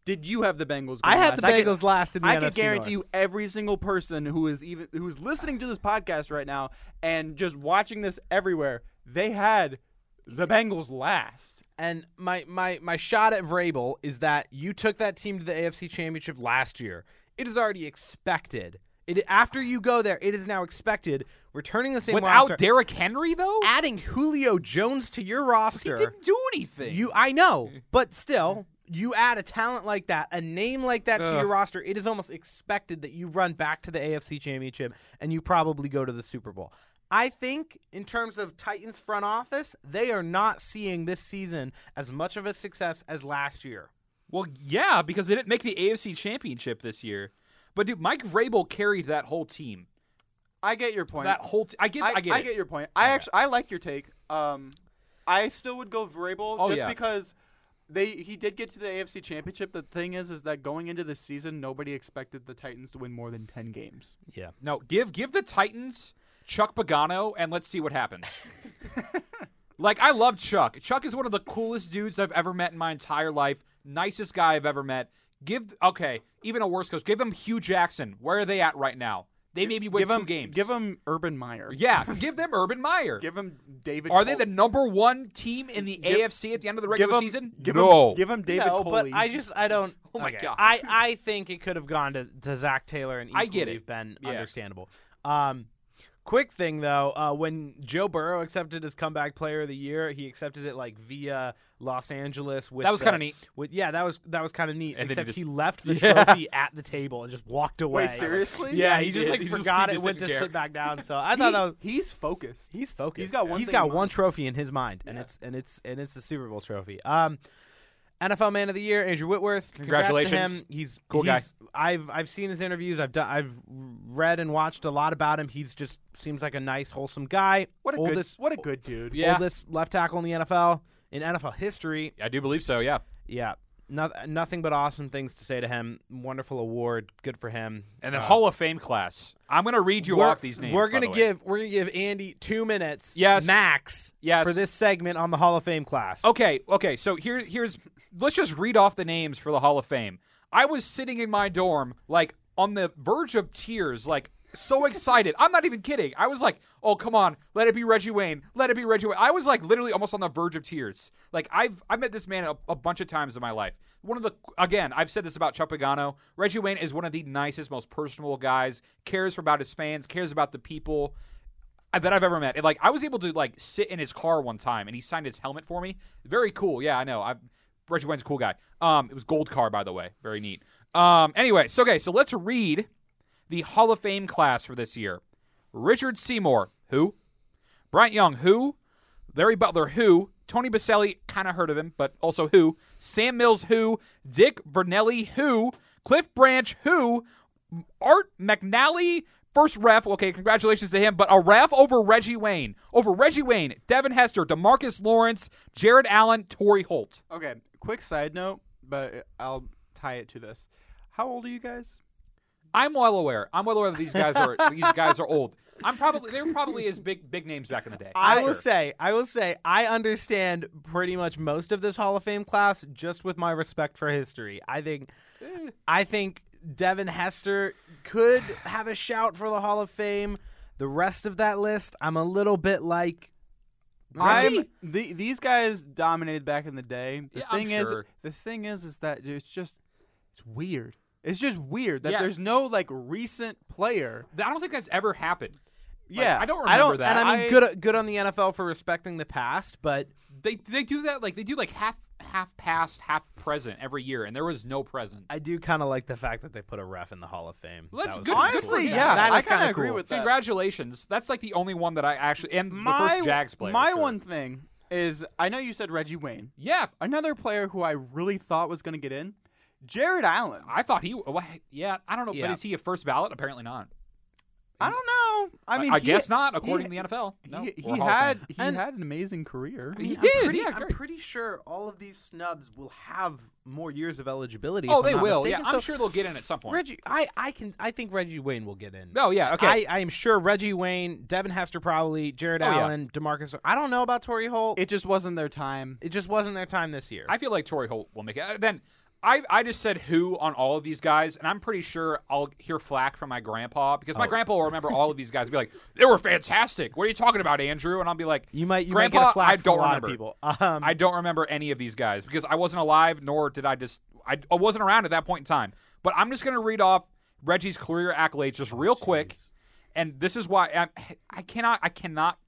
[SPEAKER 1] Did you have the Bengals? Going
[SPEAKER 4] I
[SPEAKER 1] last?
[SPEAKER 4] had the
[SPEAKER 1] could-
[SPEAKER 4] Bengals last in the
[SPEAKER 1] I
[SPEAKER 4] NFC
[SPEAKER 1] can guarantee
[SPEAKER 4] North.
[SPEAKER 1] you every single person who is even who's listening to this podcast right now and just watching this everywhere, they had the Bengals last.
[SPEAKER 4] And my, my, my shot at Vrabel is that you took that team to the AFC Championship last year. It is already expected. It after you go there, it is now expected. Returning the same
[SPEAKER 2] Without
[SPEAKER 4] roster,
[SPEAKER 2] Derrick Henry, though?
[SPEAKER 4] adding Julio Jones to your
[SPEAKER 2] He
[SPEAKER 4] roster.
[SPEAKER 2] didn't do anything.
[SPEAKER 4] You, I know, but still, you add a talent like that, a name like that to
[SPEAKER 2] Ugh.
[SPEAKER 4] your roster. It is almost expected that you run back to the AFC Championship and you probably go to the Super Bowl. I think, in terms of Titans front office, they are not seeing this season as much of a success as last year.
[SPEAKER 2] Well, yeah, because they didn't make the AFC Championship this year. But dude, Mike Vrabel carried that whole team.
[SPEAKER 1] I get your point.
[SPEAKER 2] That whole te- I get I,
[SPEAKER 1] I,
[SPEAKER 2] get, it.
[SPEAKER 1] your point. I actually I like your take. Um, I still would go Vrabel
[SPEAKER 2] Oh,
[SPEAKER 1] just
[SPEAKER 2] yeah.
[SPEAKER 1] because they he did get to the AFC Championship. The thing is, is that going into the season, nobody expected the Titans to win more than ten games.
[SPEAKER 4] Yeah.
[SPEAKER 2] No, give give the Titans Chuck Pagano and let's see what happens. like I love Chuck. Chuck is one of the coolest dudes I've ever met in my entire life. Nicest guy I've ever met. Give okay, even a worse coach. Give them Hugh Jackson. Where are they at right now? They maybe win
[SPEAKER 1] give
[SPEAKER 2] two
[SPEAKER 1] him
[SPEAKER 2] games.
[SPEAKER 1] Give him Urban Meyer.
[SPEAKER 2] yeah, give them Urban Meyer.
[SPEAKER 1] Give him David.
[SPEAKER 2] are they
[SPEAKER 1] Col-
[SPEAKER 2] the number one team in the AFC at the end of the
[SPEAKER 1] give
[SPEAKER 2] regular
[SPEAKER 1] him,
[SPEAKER 2] season?
[SPEAKER 1] Give
[SPEAKER 2] no.
[SPEAKER 1] Him, give him David
[SPEAKER 4] no,
[SPEAKER 1] Coley.
[SPEAKER 4] but I just I don't.
[SPEAKER 2] Oh my
[SPEAKER 4] okay.
[SPEAKER 2] God.
[SPEAKER 4] I I think it could have gone to, to Zach Taylor and equally
[SPEAKER 2] I get it.
[SPEAKER 4] have been
[SPEAKER 2] Yeah.
[SPEAKER 4] understandable. Um, quick thing though, uh, when Joe Burrow accepted his comeback player of the year, he accepted it like via Los Angeles. With
[SPEAKER 2] That was
[SPEAKER 4] the-
[SPEAKER 2] kinda neat.
[SPEAKER 4] With yeah, that was that was kind of neat.
[SPEAKER 2] And then he
[SPEAKER 4] except he
[SPEAKER 2] just-
[SPEAKER 4] left the
[SPEAKER 2] Yeah.
[SPEAKER 4] trophy at the table and just walked away.
[SPEAKER 1] wait seriously.
[SPEAKER 4] Yeah, he, just
[SPEAKER 2] did.
[SPEAKER 4] like
[SPEAKER 2] He just-
[SPEAKER 4] forgot
[SPEAKER 2] he
[SPEAKER 4] it,
[SPEAKER 2] just
[SPEAKER 4] went to
[SPEAKER 2] didn't care.
[SPEAKER 4] sit back down. So I thought that was.
[SPEAKER 1] he's focused.
[SPEAKER 4] He's focused.
[SPEAKER 1] He's got one
[SPEAKER 4] He's
[SPEAKER 1] thing
[SPEAKER 4] got
[SPEAKER 1] in
[SPEAKER 4] one
[SPEAKER 1] mind.
[SPEAKER 4] trophy in his mind, and it's and it's and it's the Super Bowl trophy. Um, NFL Man of the Year, Andrew Whitworth. Congrats to
[SPEAKER 2] Congratulations.
[SPEAKER 4] him. He's
[SPEAKER 2] Cool guy.
[SPEAKER 4] he's- I've I've seen his interviews. I've done. I've read and watched a lot about him. He's just seems like a nice, wholesome guy.
[SPEAKER 1] What a
[SPEAKER 4] oldest,
[SPEAKER 1] good. What a good dude.
[SPEAKER 2] Yeah.
[SPEAKER 4] oldest left tackle in the NFL in NFL history.
[SPEAKER 2] I do believe so, yeah.
[SPEAKER 4] Yeah. No, nothing but awesome things to say to him. Wonderful award. Good for him.
[SPEAKER 2] And the
[SPEAKER 4] Uh,
[SPEAKER 2] Hall of Fame class. I'm going to read you
[SPEAKER 4] we're-
[SPEAKER 2] off these names.
[SPEAKER 4] We're
[SPEAKER 2] going
[SPEAKER 4] gonna
[SPEAKER 2] to
[SPEAKER 4] give we're gonna give Andy two minutes,
[SPEAKER 2] Yes.
[SPEAKER 4] max,
[SPEAKER 2] Yes.
[SPEAKER 4] for this segment on the Hall of Fame class.
[SPEAKER 2] Okay, okay. So here, here's. Let's just read off the names for the Hall of Fame. I was sitting in my dorm, like on the verge of tears, like so excited. I'm not even kidding. I was like, "Oh, come on, let it be Reggie Wayne. Let it be Reggie Wayne." I was like, literally, almost on the verge of tears. Like I've I met this man a, a bunch of times in my life. One of the again, I've said this about Chuck Pagano. Reggie Wayne is one of the nicest, most personable guys. Cares about his fans. Cares about the people that I've ever met. And, like I was able to like sit in his car one time and he signed his helmet for me. Very cool. Yeah, I know. I Reggie Wayne's a cool guy. Um, it was gold car by the way. Very neat. Um, anyway, so okay, so let's read the Hall of Fame class for this year. Richard Seymour, who? Bryant Young, who? Larry Butler, who? Tony Baselli, kind of heard of him, but also who? Sam Mills, who? Dick Vernelli, who? Cliff Branch, who? Art McNally, first ref. Okay, congratulations to him, but a ref over Reggie Wayne. Over Reggie Wayne, Devin Hester, Demarcus Lawrence, Jared Allen, Torrey Holt.
[SPEAKER 1] Okay. Quick side note, but I'll tie it to this. How old are you guys?
[SPEAKER 2] I'm well aware. I'm well aware that these guys are these guys are old. I'm probably they were probably as big big names back in the day.
[SPEAKER 4] I
[SPEAKER 2] Sure.
[SPEAKER 4] will say, I will say, I understand pretty much most of this Hall of Fame class just with my respect for history. I think,
[SPEAKER 2] Eh.
[SPEAKER 4] I think Devin Hester could have a shout for the Hall of Fame. The rest of that list, I'm a little bit like,
[SPEAKER 1] I'm the, these guys dominated back in the day. The
[SPEAKER 2] Yeah, I'm
[SPEAKER 1] thing
[SPEAKER 2] sure.
[SPEAKER 1] is the thing is is that it's just it's weird. It's just weird that
[SPEAKER 2] Yeah.
[SPEAKER 1] there's no like recent player.
[SPEAKER 2] I don't think that's ever happened. Like,
[SPEAKER 1] yeah.
[SPEAKER 2] I don't
[SPEAKER 1] I don't,
[SPEAKER 2] remember that.
[SPEAKER 4] and I mean,
[SPEAKER 1] I-
[SPEAKER 4] good, good on the NFL for respecting the past, but
[SPEAKER 2] They they do that like they do like half half past, half present every year, and there was no present.
[SPEAKER 4] I do kind of like the fact that they put a ref in the Hall of Fame. That
[SPEAKER 2] Let's
[SPEAKER 4] was
[SPEAKER 2] good-
[SPEAKER 4] kinda
[SPEAKER 1] Honestly,
[SPEAKER 2] Cool.
[SPEAKER 1] yeah,
[SPEAKER 2] Yeah,
[SPEAKER 4] that
[SPEAKER 1] I
[SPEAKER 4] is
[SPEAKER 1] kind of
[SPEAKER 4] kinda
[SPEAKER 1] agree
[SPEAKER 4] cool.
[SPEAKER 1] with that.
[SPEAKER 2] Congratulations. That's like the only one that I actually and
[SPEAKER 1] My,
[SPEAKER 2] the first Jags player.
[SPEAKER 1] my
[SPEAKER 2] sure.
[SPEAKER 1] one thing is, I know you said Reggie Wayne.
[SPEAKER 2] Yeah,
[SPEAKER 1] Another player who I really thought was going to get in, Jared Allen.
[SPEAKER 2] I thought he. Well, yeah, I don't know.
[SPEAKER 4] Yeah.
[SPEAKER 2] But is he a first ballot? Apparently not.
[SPEAKER 1] I don't know. I mean,
[SPEAKER 2] I
[SPEAKER 1] he-
[SPEAKER 2] guess not,
[SPEAKER 1] he-
[SPEAKER 2] according to the NFL. No,
[SPEAKER 1] he, he
[SPEAKER 2] or Hall of
[SPEAKER 1] had
[SPEAKER 2] Fame.
[SPEAKER 1] he
[SPEAKER 4] And-
[SPEAKER 1] had an amazing career.
[SPEAKER 4] I mean,
[SPEAKER 2] He
[SPEAKER 4] I'm
[SPEAKER 2] did,
[SPEAKER 4] Pretty,
[SPEAKER 2] yeah,
[SPEAKER 4] I'm
[SPEAKER 2] great.
[SPEAKER 4] pretty sure all of these snubs will have more years of eligibility. if
[SPEAKER 2] Oh,
[SPEAKER 4] I'm
[SPEAKER 2] they
[SPEAKER 4] not
[SPEAKER 2] will.
[SPEAKER 4] mistaken.
[SPEAKER 2] Yeah, I'm
[SPEAKER 4] So
[SPEAKER 2] sure they'll get in at some point.
[SPEAKER 4] Reggie, I, I can, I think Reggie Wayne will get in.
[SPEAKER 2] oh yeah. Okay.
[SPEAKER 4] I, I am sure Reggie Wayne, Devin Hester, probably Jared
[SPEAKER 2] Oh, yeah.
[SPEAKER 4] Allen, Demarcus. I don't know about Torrey Holt. It,
[SPEAKER 1] It just wasn't their time.
[SPEAKER 4] just wasn't their time this year.
[SPEAKER 2] I feel like Torrey Holt will make it. Uh, Then I, I just said who on all of these guys, and I'm pretty sure I'll hear flack from my grandpa because my
[SPEAKER 4] Oh.
[SPEAKER 2] grandpa will remember all of these guys and be like, they were fantastic. What are you talking about, Andrew? And I'll be like,
[SPEAKER 4] you might, you
[SPEAKER 2] grandpa,
[SPEAKER 4] might get a flag
[SPEAKER 2] I
[SPEAKER 4] from
[SPEAKER 2] don't
[SPEAKER 4] a lot
[SPEAKER 2] remember.
[SPEAKER 4] of people. Um,
[SPEAKER 2] I don't remember any of these guys because I wasn't alive, nor did I just. I, I wasn't around at that point in time. But I'm just going to read off Reggie's career accolades just real quick, and this is why I, I cannot. I cannot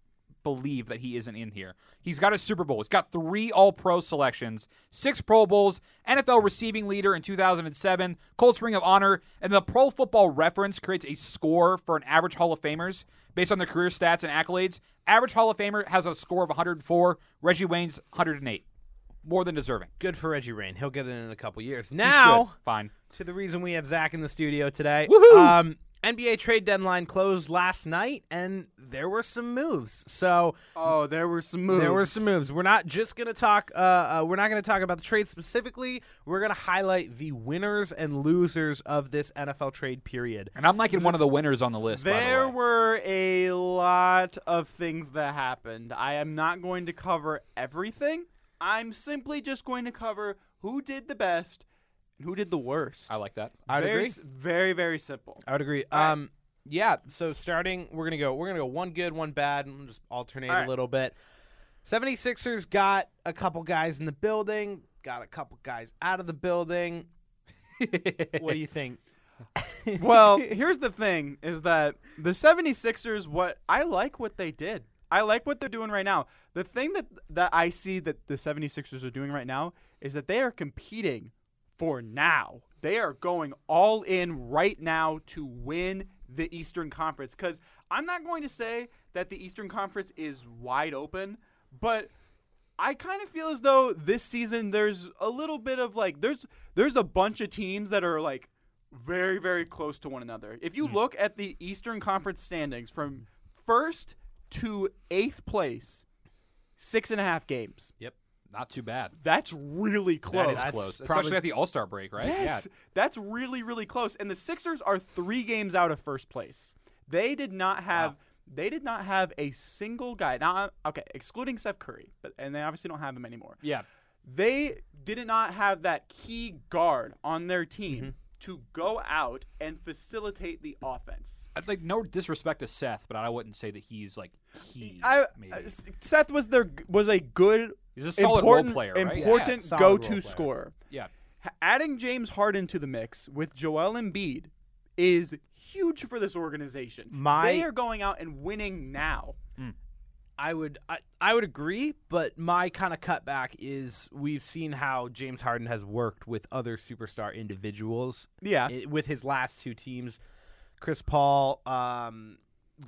[SPEAKER 2] believe that he isn't in here. He's got a Super Bowl. He's got three All Pro selections, six Pro Bowls, NFL receiving leader in 2007, Colts Ring of Honor, and the Pro Football Reference creates a score for an average Hall of Famers based on their career stats and accolades. Average Hall of Famer has a score of 104. Reggie Wayne's 108. More than deserving.
[SPEAKER 4] Good for Reggie Wayne. He'll get it in a couple years.
[SPEAKER 2] He
[SPEAKER 4] Now,
[SPEAKER 2] should. fine.
[SPEAKER 4] to the reason we have Zach in the studio today.
[SPEAKER 2] Woohoo!
[SPEAKER 4] Um, NBA trade deadline closed last night, and there were some moves. So
[SPEAKER 1] Oh, there were some moves.
[SPEAKER 4] there were some moves. We're not just gonna talk. Uh, uh, we're not gonna talk about the trade specifically. We're gonna highlight the winners and losers of this NFL trade period.
[SPEAKER 2] And I'm liking one of the winners on the list.
[SPEAKER 1] There
[SPEAKER 2] by the way.
[SPEAKER 1] were a lot of things that happened. I am not going to cover everything. I'm simply just going to cover who did the best and who did the worst.
[SPEAKER 2] I like that.
[SPEAKER 4] I would
[SPEAKER 1] very,
[SPEAKER 4] agree.
[SPEAKER 1] s- Very, very simple.
[SPEAKER 4] I would agree.
[SPEAKER 1] All right.
[SPEAKER 4] Um, yeah. So starting, we're gonna go. We're gonna go one good, one bad, and we'll just alternate
[SPEAKER 1] All right.
[SPEAKER 4] a little bit. 76ers got a couple guys in the building, got a couple guys out of the building. What do you think?
[SPEAKER 1] well, here's the thing is that the 76ers what I like what they did. I like what they're doing right now. The thing that that I see that the 76ers are doing right now is that they are competing for now. They are going all in right now to win the Eastern Conference cuz I'm not going to say that the Eastern Conference is wide open, but I kind of feel as though this season there's a little bit of like there's there's a bunch of teams that are like very very close to one another. If
[SPEAKER 2] Hmm.
[SPEAKER 1] you look at the Eastern Conference standings from first to eighth place, six and a half games.
[SPEAKER 2] Yep. Not too bad.
[SPEAKER 1] That's really close.
[SPEAKER 2] That is
[SPEAKER 4] That's
[SPEAKER 2] close.
[SPEAKER 4] probably-
[SPEAKER 2] Especially at the All Star break, right?
[SPEAKER 1] Yes, that's really really close. And the Sixers are three games out of first place. They did not have they did not have a single guy. Now, uh, okay, excluding Steph Curry, but and they obviously don't have him anymore.
[SPEAKER 2] Yeah. yeah.
[SPEAKER 1] they did not have that key guard on their team
[SPEAKER 2] Mm-hmm.
[SPEAKER 1] to go out and facilitate the offense.
[SPEAKER 2] I'd like no disrespect to Seth, but I wouldn't say that he's like he.
[SPEAKER 1] I, uh,
[SPEAKER 2] maybe.
[SPEAKER 1] I- Seth was their was a good,
[SPEAKER 2] he's a solid
[SPEAKER 1] important,
[SPEAKER 2] role player, right?
[SPEAKER 1] important
[SPEAKER 4] Yeah, solid role
[SPEAKER 1] go-to
[SPEAKER 4] player.
[SPEAKER 1] scorer.
[SPEAKER 2] Yeah.
[SPEAKER 1] H- Adding James Harden to the mix with Joel Embiid is huge for this organization.
[SPEAKER 4] My-
[SPEAKER 1] they are going out and winning now.
[SPEAKER 4] I would I, I would agree, but my kind of cutback is we've seen how James Harden has worked with other superstar individuals
[SPEAKER 1] Yeah,
[SPEAKER 4] i- with his last two teams, Chris Paul, um,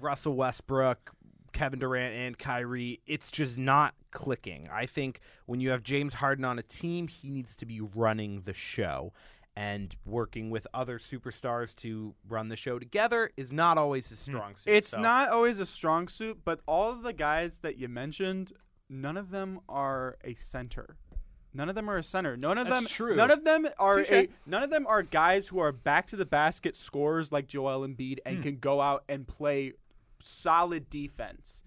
[SPEAKER 4] Russell Westbrook, Kevin Durant, and Kyrie. It's just not clicking. I think when you have James Harden on a team, he needs to be running the show. And working with other superstars to run the show together is not always his strong suit.
[SPEAKER 1] Hmm. It's
[SPEAKER 4] so-
[SPEAKER 1] not always a strong suit, but all of the guys that you mentioned, none of them are a center. None of them are a center. None of
[SPEAKER 2] That's
[SPEAKER 1] them.
[SPEAKER 2] true.
[SPEAKER 1] None of them are. A,
[SPEAKER 4] Touche.
[SPEAKER 1] none of them are guys who are back to the basket scorers like Joel Embiid
[SPEAKER 2] Hmm.
[SPEAKER 1] and can go out and play solid defense.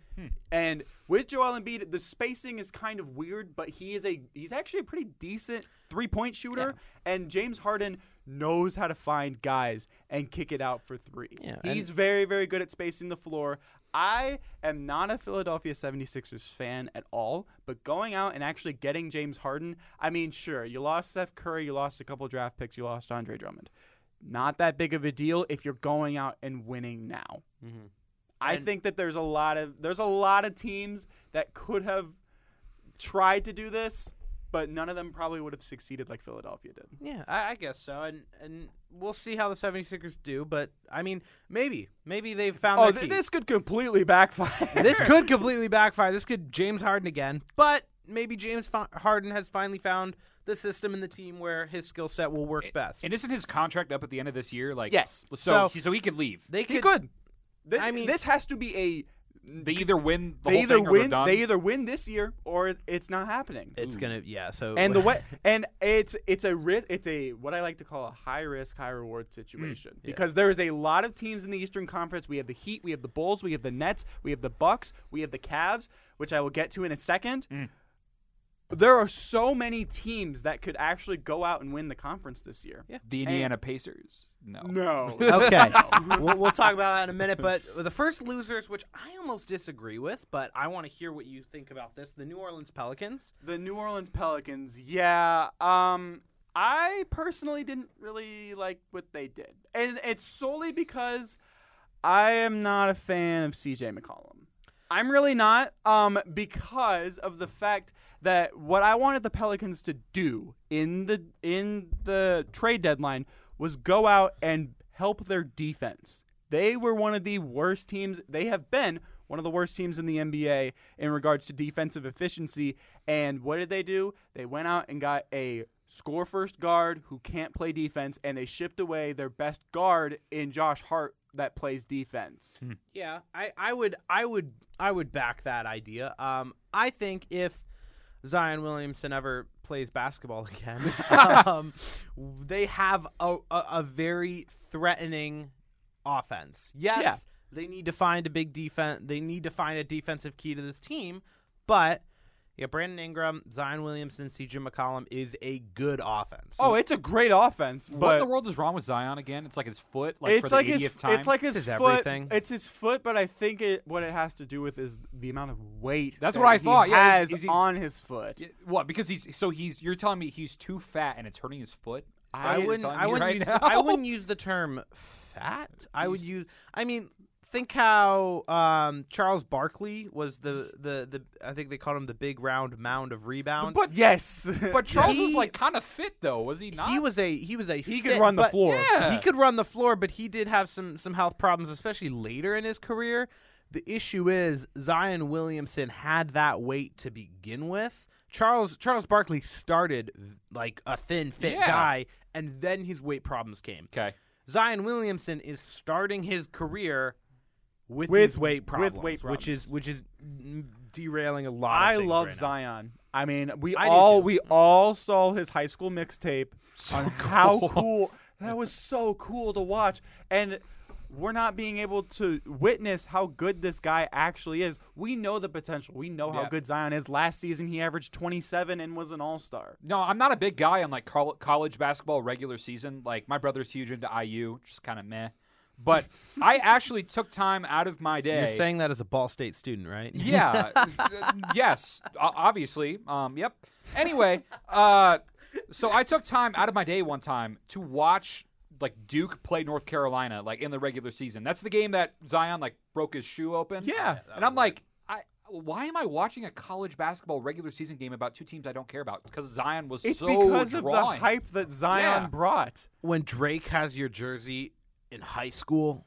[SPEAKER 1] And with Joel Embiid, the spacing is kind of weird, but he is a he's actually a pretty decent three point shooter. And James Harden knows how to find guys and kick it out for three.
[SPEAKER 4] Yeah, and-
[SPEAKER 1] he's very, very good at spacing the floor. I am not a Philadelphia 76ers fan at all, but going out and actually getting James Harden, I mean, sure, you lost Seth Curry, you lost a couple draft picks, you lost Andre Drummond. Not that big of a deal if you're going out and winning now. I think that there's a lot of there's a lot of teams that could have tried to do this but none of them probably would have succeeded like Philadelphia did.
[SPEAKER 4] Yeah, I, I guess so, and and we'll see how the 76ers do. But I mean, maybe maybe they've found
[SPEAKER 1] Oh,
[SPEAKER 4] their
[SPEAKER 1] th-
[SPEAKER 4] key.
[SPEAKER 1] this could completely backfire.
[SPEAKER 4] this could completely backfire. This could James Harden again, but maybe James Fa- Harden has finally found the system and the team where his skill set will work best.
[SPEAKER 2] And isn't his contract up at the end of this year? Like
[SPEAKER 1] Yes.
[SPEAKER 2] So
[SPEAKER 4] So-
[SPEAKER 2] so he, so he could leave.
[SPEAKER 4] they
[SPEAKER 1] He
[SPEAKER 4] could,
[SPEAKER 1] could. Th-
[SPEAKER 4] I mean-
[SPEAKER 1] this has to be a.
[SPEAKER 2] They either win.
[SPEAKER 1] they
[SPEAKER 2] The whole
[SPEAKER 1] either
[SPEAKER 2] thing or they're
[SPEAKER 1] win.
[SPEAKER 2] done.
[SPEAKER 1] They either win this year or it's not happening.
[SPEAKER 4] It's gonna yeah. So
[SPEAKER 1] and the way and it's it's a risk it's a what I like to call a high risk high reward situation because there is a lot of teams in the Eastern Conference. We have the Heat, we have the Bulls, we have the Nets, we have the Bucks, we have the Cavs, which I will get to in a second. There are so many teams that could actually go out and win the conference this year.
[SPEAKER 4] Yeah.
[SPEAKER 2] the Indiana Pacers. No.
[SPEAKER 1] No.
[SPEAKER 4] okay, we'll, we'll talk about that in a minute. But the first losers, which I almost disagree with, but I want to hear what you think about this. The New Orleans Pelicans.
[SPEAKER 1] The New Orleans Pelicans, yeah. Um, I personally didn't really like what they did, and it's solely because I am not a fan of CJ McCollum. I'm really not, um, because of the fact that what I wanted the Pelicans to do in the in the trade deadline was go out and help their defense. They were one of the worst teams. They have been one of the worst teams in the NBA in regards to defensive efficiency. And what did they do? They went out and got a score first guard who can't play defense, and they shipped away their best guard in Josh Hart that plays defense.
[SPEAKER 2] Hmm.
[SPEAKER 4] Yeah, I, I would I would I would back that idea. Um, I think if Zion Williamson ever plays basketball again, um, they have a, a, a very threatening offense. Yes,
[SPEAKER 1] Yeah.
[SPEAKER 4] they need to find a big defense. They need to find a defensive key to this team, but. Yeah, Brandon Ingram, Zion Williamson, CJ McCollum is a good offense.
[SPEAKER 1] Oh, it's a great offense,
[SPEAKER 2] What in
[SPEAKER 1] but
[SPEAKER 2] the world is wrong with Zion again? It's like his foot. Like for
[SPEAKER 1] it's
[SPEAKER 2] the
[SPEAKER 1] like
[SPEAKER 2] 80th
[SPEAKER 1] his
[SPEAKER 2] time.
[SPEAKER 1] it's like his,
[SPEAKER 4] This is
[SPEAKER 1] foot.
[SPEAKER 4] everything.
[SPEAKER 1] It's his foot, but I think it what it has to do with is the amount of weight.
[SPEAKER 2] That's
[SPEAKER 1] that
[SPEAKER 2] what I
[SPEAKER 1] he
[SPEAKER 2] thought, yeah, is-
[SPEAKER 1] has
[SPEAKER 2] is he's-
[SPEAKER 1] on his foot.
[SPEAKER 2] Yeah, What? Because he's so he's. You're telling me he's too fat and it's hurting his foot. Is that what
[SPEAKER 4] I
[SPEAKER 2] you're
[SPEAKER 4] wouldn't.
[SPEAKER 2] telling
[SPEAKER 4] I
[SPEAKER 2] me
[SPEAKER 4] wouldn't.
[SPEAKER 2] right
[SPEAKER 4] use,
[SPEAKER 2] now?
[SPEAKER 4] I wouldn't use the term fat. I would use. I mean, think how um, Charles Barkley was the, the the I think they called him the big round mound of rebound.
[SPEAKER 2] But
[SPEAKER 1] Yes,
[SPEAKER 2] but Charles was
[SPEAKER 4] He-
[SPEAKER 2] like kind of fit though, was he not?
[SPEAKER 4] he was a he was a
[SPEAKER 1] he could
[SPEAKER 4] fit,
[SPEAKER 1] run the
[SPEAKER 4] but-
[SPEAKER 1] floor.
[SPEAKER 2] Yeah.
[SPEAKER 4] He could run the floor, but he did have some some health problems, especially later in his career. The issue is Zion Williamson had that weight to begin with. Charles Charles Barkley started like a thin, fit
[SPEAKER 2] Yeah.
[SPEAKER 4] guy, and then his weight problems came.
[SPEAKER 2] Okay.
[SPEAKER 4] Zion Williamson is starting his career with,
[SPEAKER 1] With-
[SPEAKER 4] these weight problems,
[SPEAKER 1] with weight
[SPEAKER 4] which is which is mm, derailing a lot.
[SPEAKER 1] I
[SPEAKER 4] of things
[SPEAKER 1] love
[SPEAKER 4] right now.
[SPEAKER 1] Zion. I mean, we
[SPEAKER 4] I do
[SPEAKER 1] all
[SPEAKER 4] too.
[SPEAKER 1] we all saw his high school mixtape on how
[SPEAKER 2] cool.
[SPEAKER 1] cool that was so cool to watch and we're not being able to witness how good this guy actually is. We know the potential. We know how
[SPEAKER 2] Yeah.
[SPEAKER 1] good Zion is. Last season he averaged 27 and was an all-star.
[SPEAKER 2] No, I'm not a big guy on like col- college basketball regular season. Like my brother's huge into IU, just kind of meh. But I actually took time out of my day.
[SPEAKER 4] You're saying that as a Ball State student, right?
[SPEAKER 2] yeah, Uh, yes, o- obviously. Um, yep. Anyway, uh, so I took time out of my day one time to watch like Duke play North Carolina like in the regular season. That's the game that Zion like broke his shoe open.
[SPEAKER 1] Yeah.
[SPEAKER 2] and I'm like, I why am I watching a college basketball regular season game about two teams I don't care about? Because Zion was
[SPEAKER 1] It's
[SPEAKER 2] so
[SPEAKER 1] because of the
[SPEAKER 2] drawing.
[SPEAKER 1] hype that Zion
[SPEAKER 2] Yeah.
[SPEAKER 1] brought.
[SPEAKER 4] When Drake has your jersey in high school,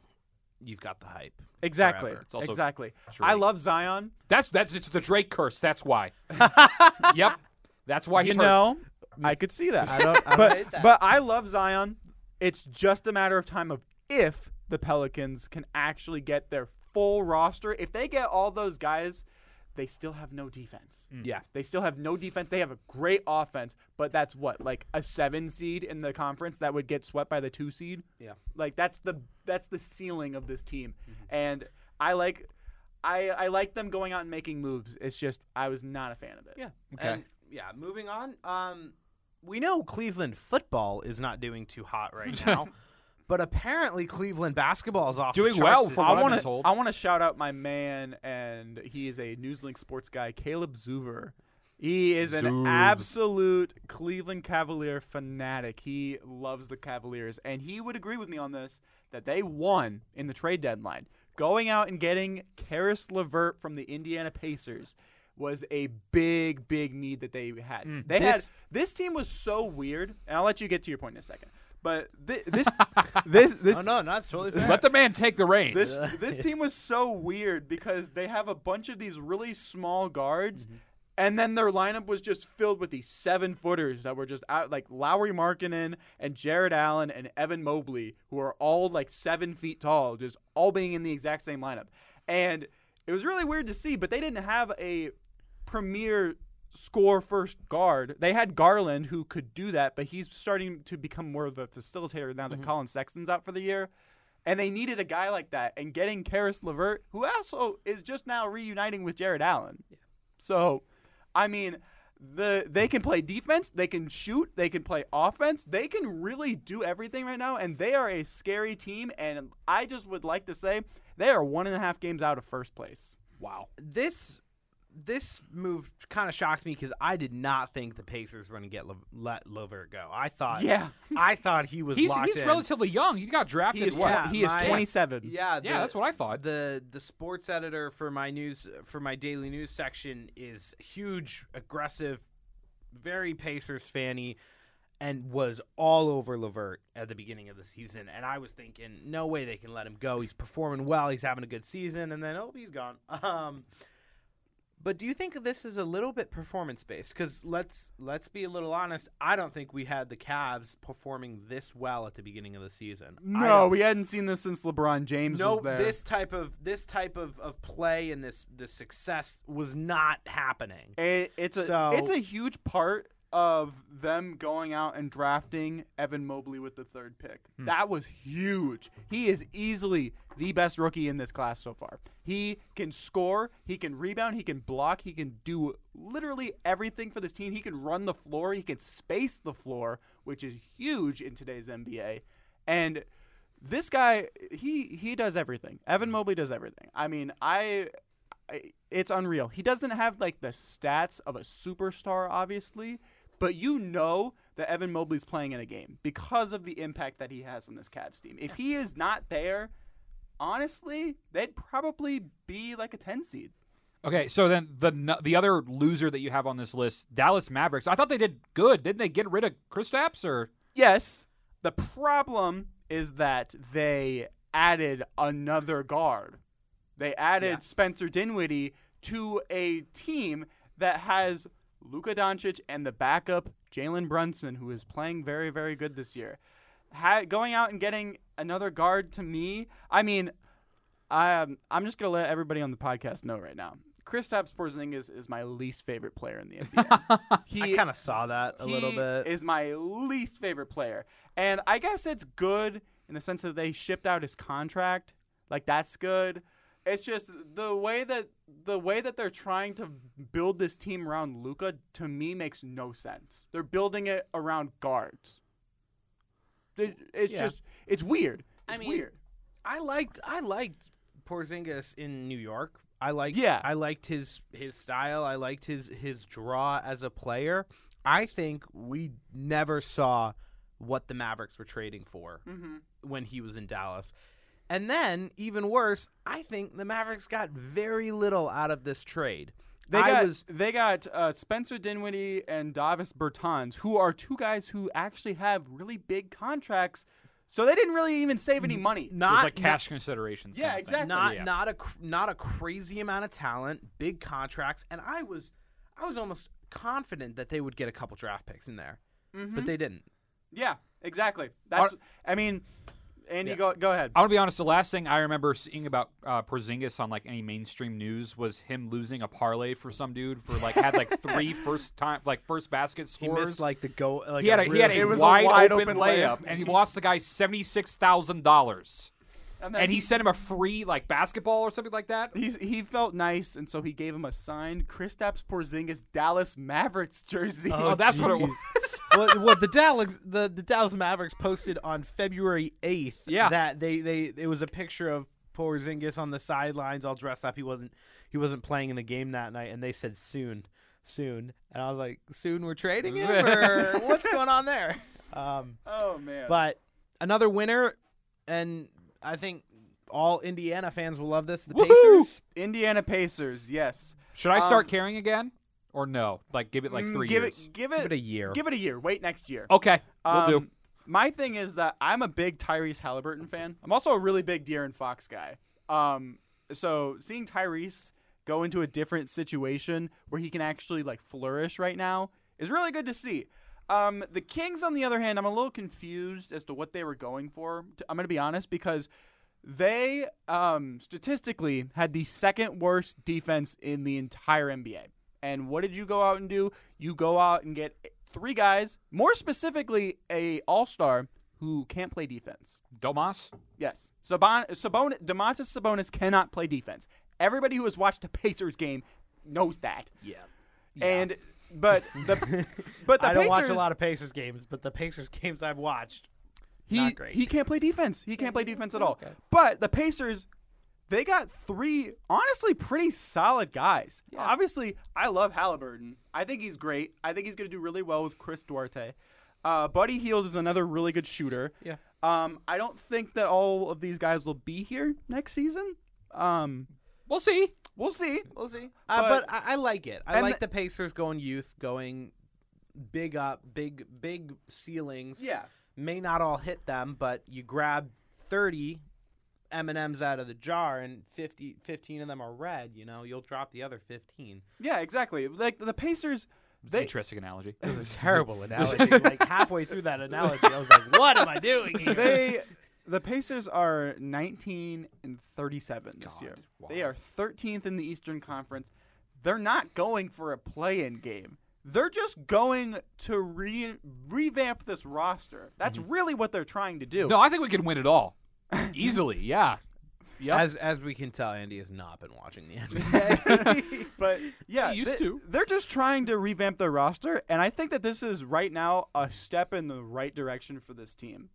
[SPEAKER 4] you've got the hype.
[SPEAKER 1] Exactly.
[SPEAKER 4] Forever.
[SPEAKER 2] It's also
[SPEAKER 1] exactly.
[SPEAKER 2] Drake.
[SPEAKER 1] I love Zion.
[SPEAKER 2] That's that's it's the Drake curse. That's why. yep. That's why
[SPEAKER 1] you
[SPEAKER 2] he's hurt.
[SPEAKER 1] know, I could see that.
[SPEAKER 4] don't.
[SPEAKER 1] but but I love Zion. It's just a matter of time of if the Pelicans can actually get their full roster. If they get all those guys, they still have no defense.
[SPEAKER 4] yeah,
[SPEAKER 1] They still have no defense. They have a great offense, but that's what like a 7 seed in the conference that would get swept by the 2 seed.
[SPEAKER 4] Yeah.
[SPEAKER 1] Like that's the that's the ceiling of this team.
[SPEAKER 4] Mm-hmm.
[SPEAKER 1] And I like I I like them going out and making moves. It's just I was not a fan of it.
[SPEAKER 4] yeah.
[SPEAKER 2] Okay.
[SPEAKER 4] And, yeah. Moving on. Um, we know Cleveland football is not doing too hot right now, but apparently Cleveland basketball is off the
[SPEAKER 2] Doing
[SPEAKER 4] charts
[SPEAKER 2] well
[SPEAKER 4] this
[SPEAKER 2] for
[SPEAKER 1] I
[SPEAKER 2] what I've
[SPEAKER 1] want
[SPEAKER 2] been
[SPEAKER 1] to
[SPEAKER 2] told.
[SPEAKER 1] I want to shout out my man, and he is a Newslink sports guy, Caleb Zuver. He is an
[SPEAKER 2] Zooves.
[SPEAKER 1] absolute Cleveland Cavalier fanatic. He loves the Cavaliers, and he would agree with me on this that they won in the trade deadline, going out and getting Karis LeVert from the Indiana Pacers. was a big, big need that they had. they had
[SPEAKER 4] This-
[SPEAKER 1] this team was so weird, and I'll let you get to your point in a second. But thi- this, this, this,
[SPEAKER 4] Oh no, no, that's totally fair.
[SPEAKER 2] Let the man take the reins.
[SPEAKER 1] this this team was so weird because they have a bunch of these really small guards, and then their lineup was just filled with these seven footers that were just out like Lowry Markinen and Jared Allen and Evan Mobley, who are all like seven feet tall, just all being in the exact same lineup, and it was really weird to see. But they didn't have a premier score first guard. They had Garland who could do that, but he's starting to become more of a facilitator now that Colin Sexton's out for the year. And they needed a guy like that. And getting Karis Levert, who also is just now reuniting with Jared Allen. So, I mean, the they can play defense, they can shoot, they can play offense, they can really do everything right now, and they are a scary team. And I just would like to say they are one and a half games out of first place. Wow.
[SPEAKER 4] this this move kind of shocked me because I did not think the Pacers were going to get Le- let Lover go. I thought,
[SPEAKER 1] Yeah.
[SPEAKER 4] I thought he was
[SPEAKER 2] he's
[SPEAKER 4] locked
[SPEAKER 2] he's
[SPEAKER 4] in.
[SPEAKER 2] relatively young. He got drafted.
[SPEAKER 1] He is,
[SPEAKER 2] what?
[SPEAKER 1] tw- he is
[SPEAKER 4] my-
[SPEAKER 1] 27.
[SPEAKER 4] yeah, the,
[SPEAKER 2] yeah, that's what I thought.
[SPEAKER 4] the the sports editor for my news for my daily news section is huge, aggressive, very Pacers fanny, and was all over Levert at the beginning of the season. And I was thinking, no way they can let him go. He's performing well. He's having a good season, and then oh, he's gone. Um, but do you think this is a little bit performance based? Because let's let's be a little honest. I don't think we had the Cavs performing this well at the beginning of the season. I
[SPEAKER 1] No,
[SPEAKER 4] don't
[SPEAKER 1] we hadn't seen this since LeBron James
[SPEAKER 4] no,
[SPEAKER 1] was there.
[SPEAKER 4] this type of this type of, of play and this this success was not happening.
[SPEAKER 1] It, it's a
[SPEAKER 4] So-
[SPEAKER 1] it's a huge part of them going out and drafting Evan Mobley with the third pick. That was huge. He is easily the best rookie in this class so far. He can score, he can rebound, he can block, he can do literally everything for this team. He can run the floor, he can space the floor, which is huge in today's NBA. And this guy he he does everything evan mobley does everything i mean I, I it's unreal he doesn't have like the stats of a superstar obviously but you know that evan mobley's playing in a game because of the impact that he has on this cavs team if he is not there honestly they'd probably be like a 10 seed
[SPEAKER 2] Okay, so then the n- the other loser that you have on this list, Dallas Mavericks. I thought they did good. Didn't they get rid of Kristaps or?
[SPEAKER 1] Yes. The problem is that they added another guard. They added Spencer Dinwiddie to a team that has Luka Doncic and the backup Jalen Brunson, who is playing very, very good this year. Ha- going out and getting another guard to me, I mean, um, I'm just gonna let everybody on the podcast know right now. Kristaps Porzingis is my least favorite player in the NBA. he
[SPEAKER 4] I kind of saw that a
[SPEAKER 1] he
[SPEAKER 4] little bit.
[SPEAKER 1] Is my least favorite player, and I guess it's good in the sense that they shipped out his contract. Like that's good. It's just the way that the way that they're trying to build this team around Luca to me makes no sense. They're building it around guards. They- It's
[SPEAKER 4] Yeah.
[SPEAKER 1] just it's weird.
[SPEAKER 4] I
[SPEAKER 1] It's
[SPEAKER 4] mean,
[SPEAKER 1] weird.
[SPEAKER 4] I liked I liked Porzingis in New York. I liked
[SPEAKER 1] Yeah.
[SPEAKER 4] I liked his his style. I liked his his draw as a player. I think we never saw what the Mavericks were trading for
[SPEAKER 1] Mm-hmm.
[SPEAKER 4] when he was in Dallas. And then, even worse, I think the Mavericks got very little out of this trade.
[SPEAKER 1] They
[SPEAKER 4] I
[SPEAKER 1] got
[SPEAKER 4] was
[SPEAKER 1] they got uh, Spencer Dinwiddie and Davis Bertans, who are two guys who actually have really big contracts. So they didn't really even save any money.
[SPEAKER 2] It
[SPEAKER 4] not
[SPEAKER 2] was like cash considerations.
[SPEAKER 1] Yeah,
[SPEAKER 2] kind of thing.
[SPEAKER 1] exactly.
[SPEAKER 4] not
[SPEAKER 2] Yeah.
[SPEAKER 4] not a cr- not a crazy amount of talent, big contracts, and I was I was almost confident that they would get a couple draft picks in there,
[SPEAKER 2] Mm-hmm.
[SPEAKER 4] but they didn't.
[SPEAKER 1] Yeah, exactly. That's. I mean, Andy,
[SPEAKER 2] Yeah.
[SPEAKER 1] go go ahead.
[SPEAKER 2] I want to be honest. The last thing I remember seeing about uh, Porzingis on like any mainstream news was him losing a parlay for some dude for like had like three first time like first basket scores.
[SPEAKER 4] like the go. Like
[SPEAKER 2] he had a, he had
[SPEAKER 1] really- It
[SPEAKER 2] a,
[SPEAKER 1] was a
[SPEAKER 2] wide,
[SPEAKER 1] wide
[SPEAKER 2] open,
[SPEAKER 1] open
[SPEAKER 2] layup,
[SPEAKER 1] layup.
[SPEAKER 2] and he lost the guy seventy six thousand dollars.
[SPEAKER 1] then
[SPEAKER 2] And he sent him a free like basketball or something like that.
[SPEAKER 1] he he felt nice, and so he gave him a signed Kristaps Porzingis Dallas Mavericks jersey.
[SPEAKER 2] Oh, that's what it was.
[SPEAKER 4] well, well, the Dallas the, the Dallas Mavericks posted on February eighth.
[SPEAKER 2] Yeah.
[SPEAKER 4] that they they it was a picture of Porzingis on the sidelines, all dressed up. He wasn't he wasn't playing in the game that night, and they said soon, soon, and I was like, soon we're trading him, or what's going on there? Um,
[SPEAKER 1] oh man.
[SPEAKER 4] but another winner, and I think all Indiana fans will love this. The
[SPEAKER 2] Woohoo!
[SPEAKER 4] Pacers.
[SPEAKER 1] Indiana Pacers, yes.
[SPEAKER 2] Should I start
[SPEAKER 1] Um,
[SPEAKER 2] caring again, or no? Like, give it like
[SPEAKER 1] Mm,
[SPEAKER 2] three
[SPEAKER 1] give
[SPEAKER 2] years.
[SPEAKER 1] It, give
[SPEAKER 4] Give
[SPEAKER 1] it
[SPEAKER 4] it a year.
[SPEAKER 1] Give it a year. Wait next year.
[SPEAKER 2] Okay, we'll do.
[SPEAKER 1] Um, My thing is that I'm a big Tyrese Halliburton fan. I'm also a really big De'Aaron Fox guy. Um, so seeing Tyrese go into a different situation where he can actually like flourish right now is really good to see. Um, the Kings, on the other hand, I'm a little confused as to what they were going for. t- I'm going to be honest because they um, statistically had the second worst defense in the entire NBA. And what did you go out and do? You go out and get three guys, more specifically a All Star who can't play defense.
[SPEAKER 2] Domas.
[SPEAKER 1] Yes, Sabon, Sabon, Demontis Sabonis cannot play defense. Everybody who has watched a Pacers game knows that.
[SPEAKER 4] Yeah.
[SPEAKER 1] And but the but the
[SPEAKER 4] I don't watch a
[SPEAKER 1] Pacers-
[SPEAKER 4] lot of Pacers games, but the Pacers games I've watched.
[SPEAKER 1] He
[SPEAKER 4] Not great.
[SPEAKER 1] he can't play defense. He can't play defense at all. But the Pacers, they got three honestly pretty solid guys. Obviously, I love Halliburton. I think he's great. I think he's going to do really well with Chris Duarte. Uh, Buddy Heald is another really good shooter.
[SPEAKER 4] Yeah.
[SPEAKER 1] Um, I don't think that all of these guys will be here next season. Um,
[SPEAKER 2] We'll see.
[SPEAKER 1] we'll see.
[SPEAKER 4] We'll see. Uh,
[SPEAKER 1] But-
[SPEAKER 4] but I, I like it. I
[SPEAKER 1] and
[SPEAKER 4] like the Pacers going youth, going big up, big big ceilings.
[SPEAKER 1] Yeah.
[SPEAKER 4] May not all hit them, but you grab 30 M&Ms out of the jar and 50 15 of them are red, you know, you'll drop the other 15.
[SPEAKER 1] Yeah, exactly. Like the Pacers, they
[SPEAKER 2] Interesting analogy.
[SPEAKER 4] It was a terrible analogy. like halfway through that analogy, I was like, "What am I doing here?"
[SPEAKER 1] they the Pacers are 19 and 37 this year. They are 13th in the Eastern Conference. They're not going for a play-in game. They're just going to re- revamp this roster. That's really what they're trying to do.
[SPEAKER 2] Mm-hmm. No, I think we can win it all easily. Yeah. Yep.
[SPEAKER 4] As as we can tell, Andy has not been watching the NBA.
[SPEAKER 1] but yeah,
[SPEAKER 2] They used
[SPEAKER 1] they-
[SPEAKER 2] to.
[SPEAKER 1] They're just trying to revamp their roster, and I think that this is right now a step in the right direction for this team.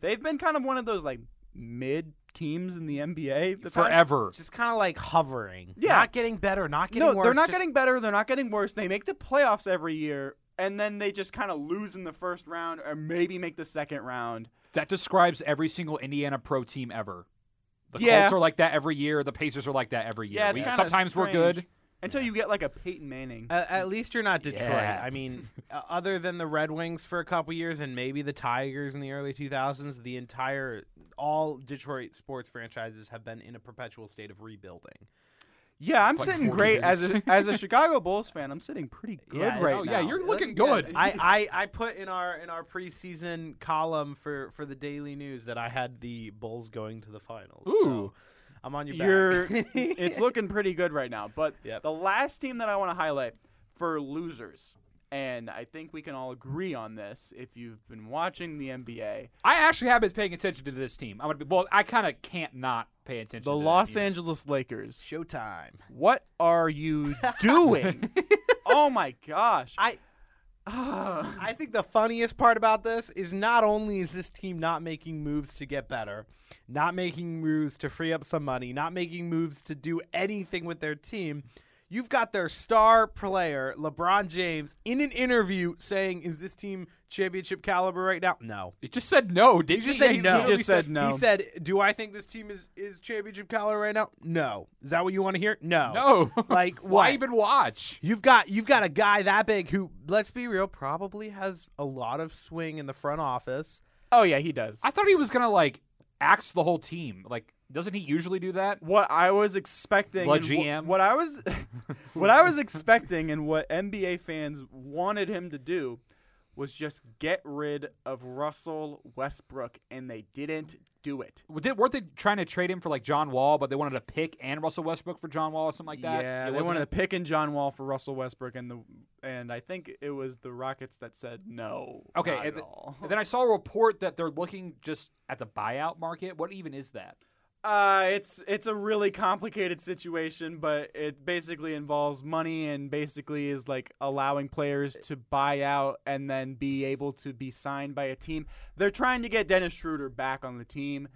[SPEAKER 1] They've been kind of one of those like mid teams in the NBA the past-
[SPEAKER 2] Forever.
[SPEAKER 4] Just kind of like hovering,
[SPEAKER 1] Yeah.
[SPEAKER 4] not getting better, not getting
[SPEAKER 1] no,
[SPEAKER 4] worse.
[SPEAKER 1] they're not
[SPEAKER 4] just-
[SPEAKER 1] getting better. They're not getting worse. They make the playoffs every year, and then they just kind of lose in the first round, or maybe make the second round.
[SPEAKER 2] That describes every single Indiana pro team ever. The
[SPEAKER 1] Yeah.
[SPEAKER 2] Colts are like that every year. The Pacers are like that every year.
[SPEAKER 1] Yeah, it's
[SPEAKER 2] We-
[SPEAKER 1] kinda
[SPEAKER 2] sometimes we're good.
[SPEAKER 1] strange. Until you get like a Peyton Manning.
[SPEAKER 4] A- at least you're not Detroit.
[SPEAKER 2] Yeah.
[SPEAKER 4] I mean, uh, other than the Red Wings for a couple years and maybe the Tigers in the early 2000s, the entire all Detroit sports franchises have been in a perpetual state of rebuilding.
[SPEAKER 1] yeah, I'm
[SPEAKER 2] Like
[SPEAKER 1] sitting
[SPEAKER 2] 40
[SPEAKER 1] great as a,
[SPEAKER 2] years.
[SPEAKER 1] as a Chicago Bulls fan. I'm sitting pretty good
[SPEAKER 4] Yeah,
[SPEAKER 1] right
[SPEAKER 4] it's-
[SPEAKER 2] Oh
[SPEAKER 1] now.
[SPEAKER 2] yeah, you're looking good.
[SPEAKER 4] I, I, I put in our in our preseason column for, for the Daily News that I had the Bulls going to the finals. so
[SPEAKER 2] Ooh.
[SPEAKER 4] I'm on your
[SPEAKER 1] You're,
[SPEAKER 4] back.
[SPEAKER 1] it's looking pretty good right now. But
[SPEAKER 4] Yep.
[SPEAKER 1] the last team that I want to highlight for losers, and I think we can all agree on this if you've been watching the NBA,
[SPEAKER 2] I actually have been paying attention to this team. I'm gonna be well. I kind of can't not pay attention.
[SPEAKER 1] the
[SPEAKER 2] to
[SPEAKER 1] Los
[SPEAKER 2] Angeles.
[SPEAKER 1] Angeles Lakers.
[SPEAKER 4] showtime.
[SPEAKER 1] What are you doing? oh my gosh.
[SPEAKER 4] I
[SPEAKER 1] Ah.
[SPEAKER 2] Oh,
[SPEAKER 4] I think the funniest part about this is not only is this team not making moves to get better, not making moves to free up some money, not making moves to do anything with their team. You've got their star player, LeBron James, in an interview saying, Is this team championship caliber right now? No.
[SPEAKER 2] He just said no. Did
[SPEAKER 4] He just said no.
[SPEAKER 1] just said no.
[SPEAKER 4] He said, "Do I think this team is is championship caliber right now? No. Is that what you want to hear? No.
[SPEAKER 2] no.
[SPEAKER 4] Like what?
[SPEAKER 2] why even watch?
[SPEAKER 4] You've got you've got a guy that big who, let's be real, probably has a lot of swing in the front office.
[SPEAKER 1] oh yeah, he does.
[SPEAKER 2] I thought he was gonna like axe the whole team. Like, doesn't he usually do that?
[SPEAKER 1] what I was expecting
[SPEAKER 2] What
[SPEAKER 1] and wh-
[SPEAKER 2] GM?
[SPEAKER 1] what I was what I was expecting and what NBA fans wanted him to do was just get rid of Russell Westbrook and they didn't do it.
[SPEAKER 2] Did, weren't they trying to trade him for like John Wall, but they wanted to pick and Russell Westbrook for John Wall or something like that?
[SPEAKER 1] yeah,
[SPEAKER 2] It
[SPEAKER 1] they
[SPEAKER 2] wasn't
[SPEAKER 1] wanted
[SPEAKER 2] a-
[SPEAKER 1] to pick in John Wall for Russell Westbrook and the and I think it was the Rockets that said no.
[SPEAKER 2] Okay,
[SPEAKER 1] not
[SPEAKER 2] and
[SPEAKER 1] at
[SPEAKER 2] th-
[SPEAKER 1] all.
[SPEAKER 2] And then I saw a report that they're looking just at the buyout market. What even is that?
[SPEAKER 1] Uh, it's it's a really complicated situation, but it basically involves money and basically is like allowing players to buy out and then be able to be signed by a team. They're trying to get Dennis Schroeder back on the team,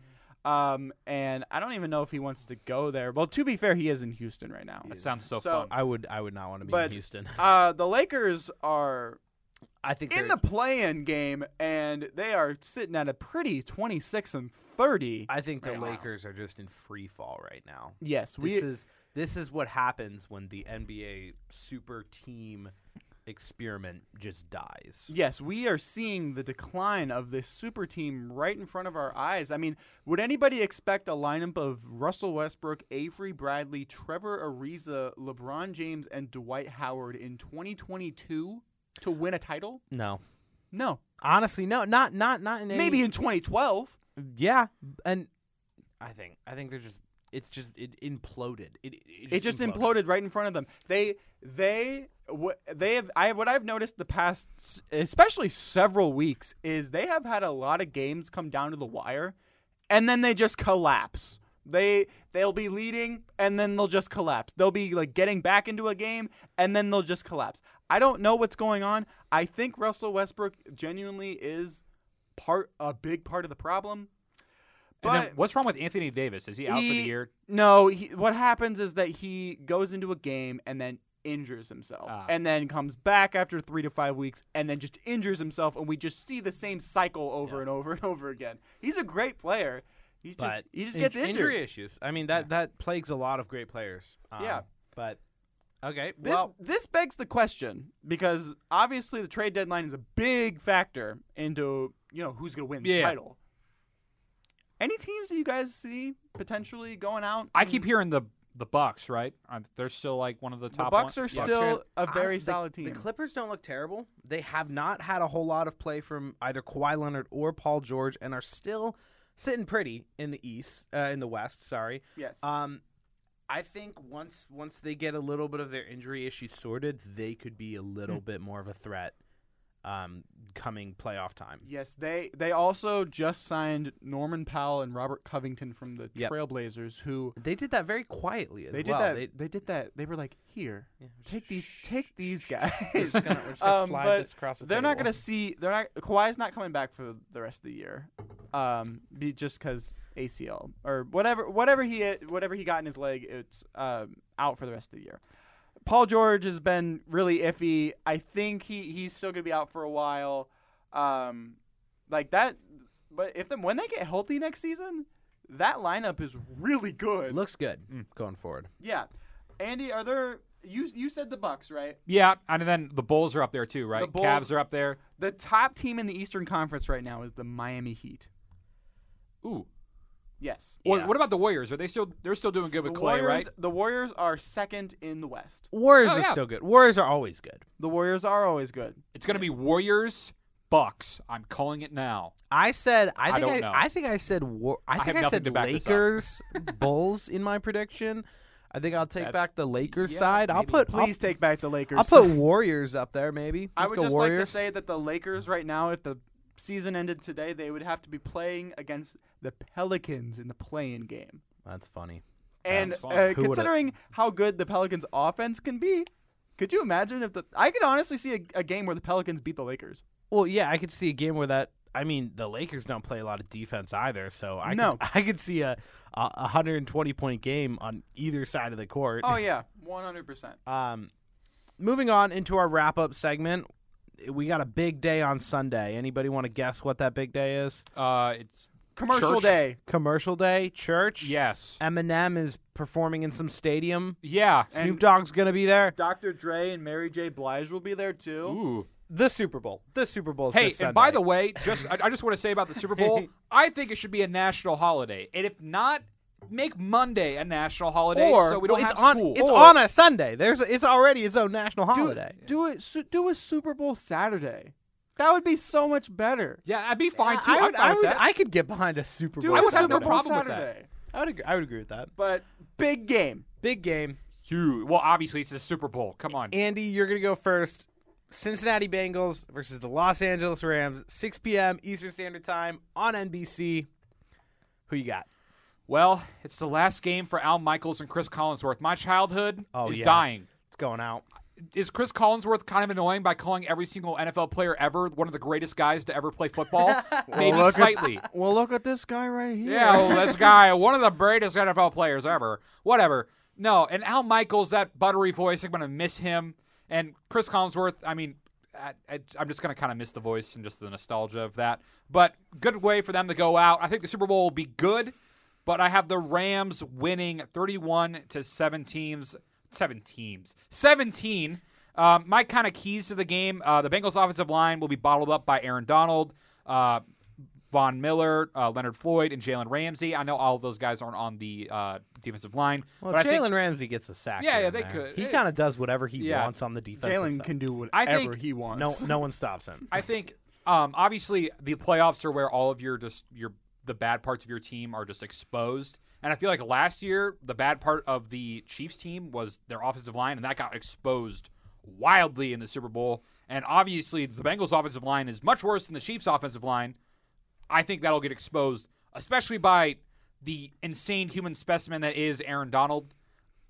[SPEAKER 1] um, and I don't even know if he wants to go there. Well, to be fair, he is in Houston right now.
[SPEAKER 2] That sounds so,
[SPEAKER 1] So-
[SPEAKER 2] fun.
[SPEAKER 4] I would I would not want to be
[SPEAKER 1] But-
[SPEAKER 4] in Houston.
[SPEAKER 1] Uh, the Lakers are
[SPEAKER 4] I think
[SPEAKER 1] in
[SPEAKER 4] they're-
[SPEAKER 1] the play-in game, and they are sitting at a pretty twenty-six and thirty.
[SPEAKER 4] I think the
[SPEAKER 1] Wow.
[SPEAKER 4] Lakers are just in free fall right now.
[SPEAKER 1] yes, we.
[SPEAKER 4] This is this is what happens when the NBA super team experiment just dies.
[SPEAKER 1] Yes, we are seeing the decline of this super team right in front of our eyes. I mean, would anybody expect a lineup of Russell Westbrook, Avery Bradley, Trevor Ariza, LeBron James, and Dwight Howard in 2022 to win a title?
[SPEAKER 4] No.
[SPEAKER 1] No.
[SPEAKER 4] Honestly, no, not not not in any
[SPEAKER 1] Maybe in 2012.
[SPEAKER 4] Yeah, and I think I think they're just it's just it imploded. It
[SPEAKER 1] It just imploded right in front of them. They they what they have I what I've noticed the past s- especially several weeks is they have had a lot of games come down to the wire and then they just collapse. They they'll be leading and then they'll just collapse. They'll be like getting back into a game and then they'll just collapse. I don't know what's going on. I think Russell Westbrook genuinely is part a big part of the problem. But
[SPEAKER 2] and then what's wrong with Anthony Davis? Is he out for the
[SPEAKER 1] He-
[SPEAKER 2] year?
[SPEAKER 1] no, he, what happens is that he goes into a game and then injures himself,
[SPEAKER 2] Ah.
[SPEAKER 1] and then comes back after three to five weeks, and then just injures himself, and we just see the same cycle over and over and over again. He's a great player. He's
[SPEAKER 4] But
[SPEAKER 1] just he just
[SPEAKER 4] in-
[SPEAKER 1] gets injured.
[SPEAKER 4] injury issues. I mean that that plagues a lot of great players. Um,
[SPEAKER 1] Yeah.
[SPEAKER 4] but okay.
[SPEAKER 1] This
[SPEAKER 4] well,
[SPEAKER 1] this begs the question because obviously the trade deadline is a big factor into you know who's going to win the
[SPEAKER 2] Yeah.
[SPEAKER 1] title. Any teams that you guys see potentially going out?
[SPEAKER 2] I keep hearing the the Bucks, right? Aren't- They're still like one of the
[SPEAKER 1] Mm-hmm. the
[SPEAKER 2] top.
[SPEAKER 1] Bucks
[SPEAKER 2] one-
[SPEAKER 1] are
[SPEAKER 2] Yeah.
[SPEAKER 1] still a
[SPEAKER 4] I-
[SPEAKER 1] very
[SPEAKER 4] the-
[SPEAKER 1] solid team.
[SPEAKER 4] The Clippers don't look terrible. They have not had a whole lot of play from either Kawhi Leonard or Paul George, and are still sitting pretty in the East, uh, in the West. Sorry.
[SPEAKER 1] yes.
[SPEAKER 4] Um, I think once once they get a little bit of their injury issues sorted, they could be a little bit more of a threat. Um, coming playoff time.
[SPEAKER 1] Yes, they they also just signed Norman Powell and Robert Covington from the
[SPEAKER 4] Yep.
[SPEAKER 1] Trailblazers, who
[SPEAKER 4] They did that very quietly as
[SPEAKER 1] they did
[SPEAKER 4] well.
[SPEAKER 1] that.
[SPEAKER 4] They-
[SPEAKER 1] They, did that. They were like, "Here,
[SPEAKER 4] Yeah.
[SPEAKER 1] take these, take these guys."
[SPEAKER 4] We're just gonna- we're just gonna
[SPEAKER 1] Um,
[SPEAKER 4] slide
[SPEAKER 1] but
[SPEAKER 4] this across the
[SPEAKER 1] they're not
[SPEAKER 4] table.
[SPEAKER 1] going to see. They're not. Kawhi's not coming back for the rest of the year, um, be, just because ACL or whatever, whatever he whatever he got in his leg, it's um, out for the rest of the year. Paul George has been really iffy. I think he, he's still going to be out for a while. Um, like that, but if them when they get healthy next season, that lineup is really good.
[SPEAKER 4] looks good going forward.
[SPEAKER 1] Yeah, Andy, are there? You you said the Bucks, right?
[SPEAKER 2] Yeah, and then the Bulls are up there too, right?
[SPEAKER 1] The Bulls-
[SPEAKER 2] Cavs are up there.
[SPEAKER 1] The top team in the Eastern Conference right now is the Miami Heat.
[SPEAKER 2] Ooh.
[SPEAKER 1] Yes.
[SPEAKER 2] Or
[SPEAKER 4] Yeah.
[SPEAKER 2] what about the Warriors? Are they still? They're still doing good with
[SPEAKER 1] the
[SPEAKER 2] Clay,
[SPEAKER 1] Warriors,
[SPEAKER 2] right?
[SPEAKER 1] The Warriors are second in the West.
[SPEAKER 4] Warriors
[SPEAKER 2] Oh,
[SPEAKER 4] are
[SPEAKER 2] yeah.
[SPEAKER 4] still good. Warriors are always good.
[SPEAKER 1] The Warriors are always good.
[SPEAKER 2] It's going to be Warriors, Bucks. I'm calling it now.
[SPEAKER 4] I said
[SPEAKER 2] I
[SPEAKER 4] I think
[SPEAKER 2] don't
[SPEAKER 4] I,
[SPEAKER 2] know.
[SPEAKER 4] I, think I said war, I
[SPEAKER 2] have
[SPEAKER 4] think I,
[SPEAKER 2] nothing
[SPEAKER 4] said
[SPEAKER 2] to back this up.
[SPEAKER 4] Lakers Bulls in my prediction. I think I'll take
[SPEAKER 2] That's-
[SPEAKER 4] back the Lakers
[SPEAKER 1] yeah,
[SPEAKER 4] side. I'll
[SPEAKER 2] maybe.
[SPEAKER 4] put I'll-
[SPEAKER 1] Please take back the Lakers.
[SPEAKER 4] I'll, put Warriors up there maybe.
[SPEAKER 1] I
[SPEAKER 4] Let's
[SPEAKER 1] would
[SPEAKER 4] go
[SPEAKER 1] just like to
[SPEAKER 4] Warriors.
[SPEAKER 1] say that the Lakers right now, if the season ended today, they would have to be playing against the Pelicans in the play-in game.
[SPEAKER 4] That's funny.
[SPEAKER 1] And
[SPEAKER 2] That's fun.
[SPEAKER 1] uh,
[SPEAKER 4] Who would've-
[SPEAKER 1] considering how good the Pelicans' offense can be, could you imagine if the I could honestly see a, a game where the Pelicans beat the Lakers?
[SPEAKER 4] Well, yeah, I could see a game where that I mean, the Lakers don't play a lot of defense either, so I
[SPEAKER 1] No.
[SPEAKER 4] could, I could see a, a 120 point game on either side of the court.
[SPEAKER 1] Oh yeah, one hundred percent.
[SPEAKER 4] Um, moving on into our wrap up segment, we got a big day on Sunday. Anybody want to guess what that big day is?
[SPEAKER 2] Uh, it's
[SPEAKER 1] Commercial
[SPEAKER 2] Church?
[SPEAKER 1] day.
[SPEAKER 4] Commercial day, church.
[SPEAKER 2] yes,
[SPEAKER 4] Eminem is performing in some stadium.
[SPEAKER 2] yeah.
[SPEAKER 1] And-
[SPEAKER 4] Snoop Dogg's gonna be there.
[SPEAKER 1] Dr. Dre and Mary J. Blige will be there too.
[SPEAKER 2] Ooh.
[SPEAKER 4] The Super Bowl. The Super Bowl.
[SPEAKER 2] Hey, and by the way, just I, I just want to say about the Super Bowl, I think it should be a national holiday, and if not, make Monday a national holiday
[SPEAKER 4] or
[SPEAKER 2] so we don't
[SPEAKER 4] well,
[SPEAKER 2] have
[SPEAKER 4] it's on
[SPEAKER 2] school.
[SPEAKER 4] it's
[SPEAKER 2] Or-
[SPEAKER 4] on a Sunday. There's a, it's already its own national
[SPEAKER 1] Do,
[SPEAKER 4] holiday.
[SPEAKER 1] do it. su- Do a Super Bowl Saturday. That would be so much better.
[SPEAKER 2] yeah, I'd be fine too.
[SPEAKER 4] I
[SPEAKER 2] I'm
[SPEAKER 4] would,
[SPEAKER 2] fine
[SPEAKER 4] I,
[SPEAKER 2] with
[SPEAKER 4] would
[SPEAKER 2] that.
[SPEAKER 4] I could get behind a Super
[SPEAKER 1] Do
[SPEAKER 4] Bowl.
[SPEAKER 1] a
[SPEAKER 2] I would have
[SPEAKER 1] Super
[SPEAKER 2] no
[SPEAKER 1] Bowl
[SPEAKER 2] problem with that.
[SPEAKER 1] Saturday.
[SPEAKER 4] I would agree, I would agree with that.
[SPEAKER 1] But big game.
[SPEAKER 4] Big game.
[SPEAKER 2] Huge. Well, obviously it's the Super Bowl. Come on.
[SPEAKER 4] Andy, you're going to go first. Cincinnati Bengals versus the Los Angeles Rams, 6 p.m. Eastern Standard Time on NBC. Who you got?
[SPEAKER 2] Well, it's the last game for Al Michaels and Chris Collinsworth. My childhood
[SPEAKER 4] Oh,
[SPEAKER 2] is
[SPEAKER 4] yeah.
[SPEAKER 2] dying.
[SPEAKER 4] It's going out.
[SPEAKER 2] Is Chris Collinsworth kind of annoying by calling every single NFL player ever one of the greatest guys to ever play football? Maybe
[SPEAKER 1] look at-
[SPEAKER 2] slightly.
[SPEAKER 1] Well, look at this guy right here.
[SPEAKER 2] Yeah, well, this guy, one of the greatest NFL players ever. Whatever. No, and Al Michaels, that buttery voice, I'm going to miss him. And Chris Collinsworth, I mean, uh, I, I, I'm just going to kind of miss the voice and just the nostalgia of that. But good way for them to go out. I think the Super Bowl will be good, but I have the Rams winning 31 to 7 teams. 7 teams. 17. Um, my kind of keys to the game uh, the Bengals' offensive line will be bottled up by Aaron Donald. Uh, Von Miller, uh, Leonard Floyd, and Jalen Ramsey. I know all of those guys aren't on the uh, defensive line.
[SPEAKER 4] Well,
[SPEAKER 2] but I think-
[SPEAKER 4] Jalen Ramsey gets a sack.
[SPEAKER 2] Yeah,
[SPEAKER 4] here
[SPEAKER 2] yeah,
[SPEAKER 4] and
[SPEAKER 2] they
[SPEAKER 4] there.
[SPEAKER 2] could.
[SPEAKER 4] He
[SPEAKER 2] It-
[SPEAKER 4] kind of does whatever he
[SPEAKER 2] Yeah.
[SPEAKER 4] wants on the defensive
[SPEAKER 1] Jalen
[SPEAKER 4] side.
[SPEAKER 1] can do whatever
[SPEAKER 2] I think-
[SPEAKER 1] he wants.
[SPEAKER 4] No, no one stops him.
[SPEAKER 2] I think um, obviously the playoffs are where all of your just your the bad parts of your team are just exposed. And I feel like last year the bad part of the Chiefs team was their offensive line, and that got exposed wildly in the Super Bowl. And obviously the Bengals' offensive line is much worse than the Chiefs' offensive line. I think that'll get exposed, especially by the insane human specimen that is Aaron Donald.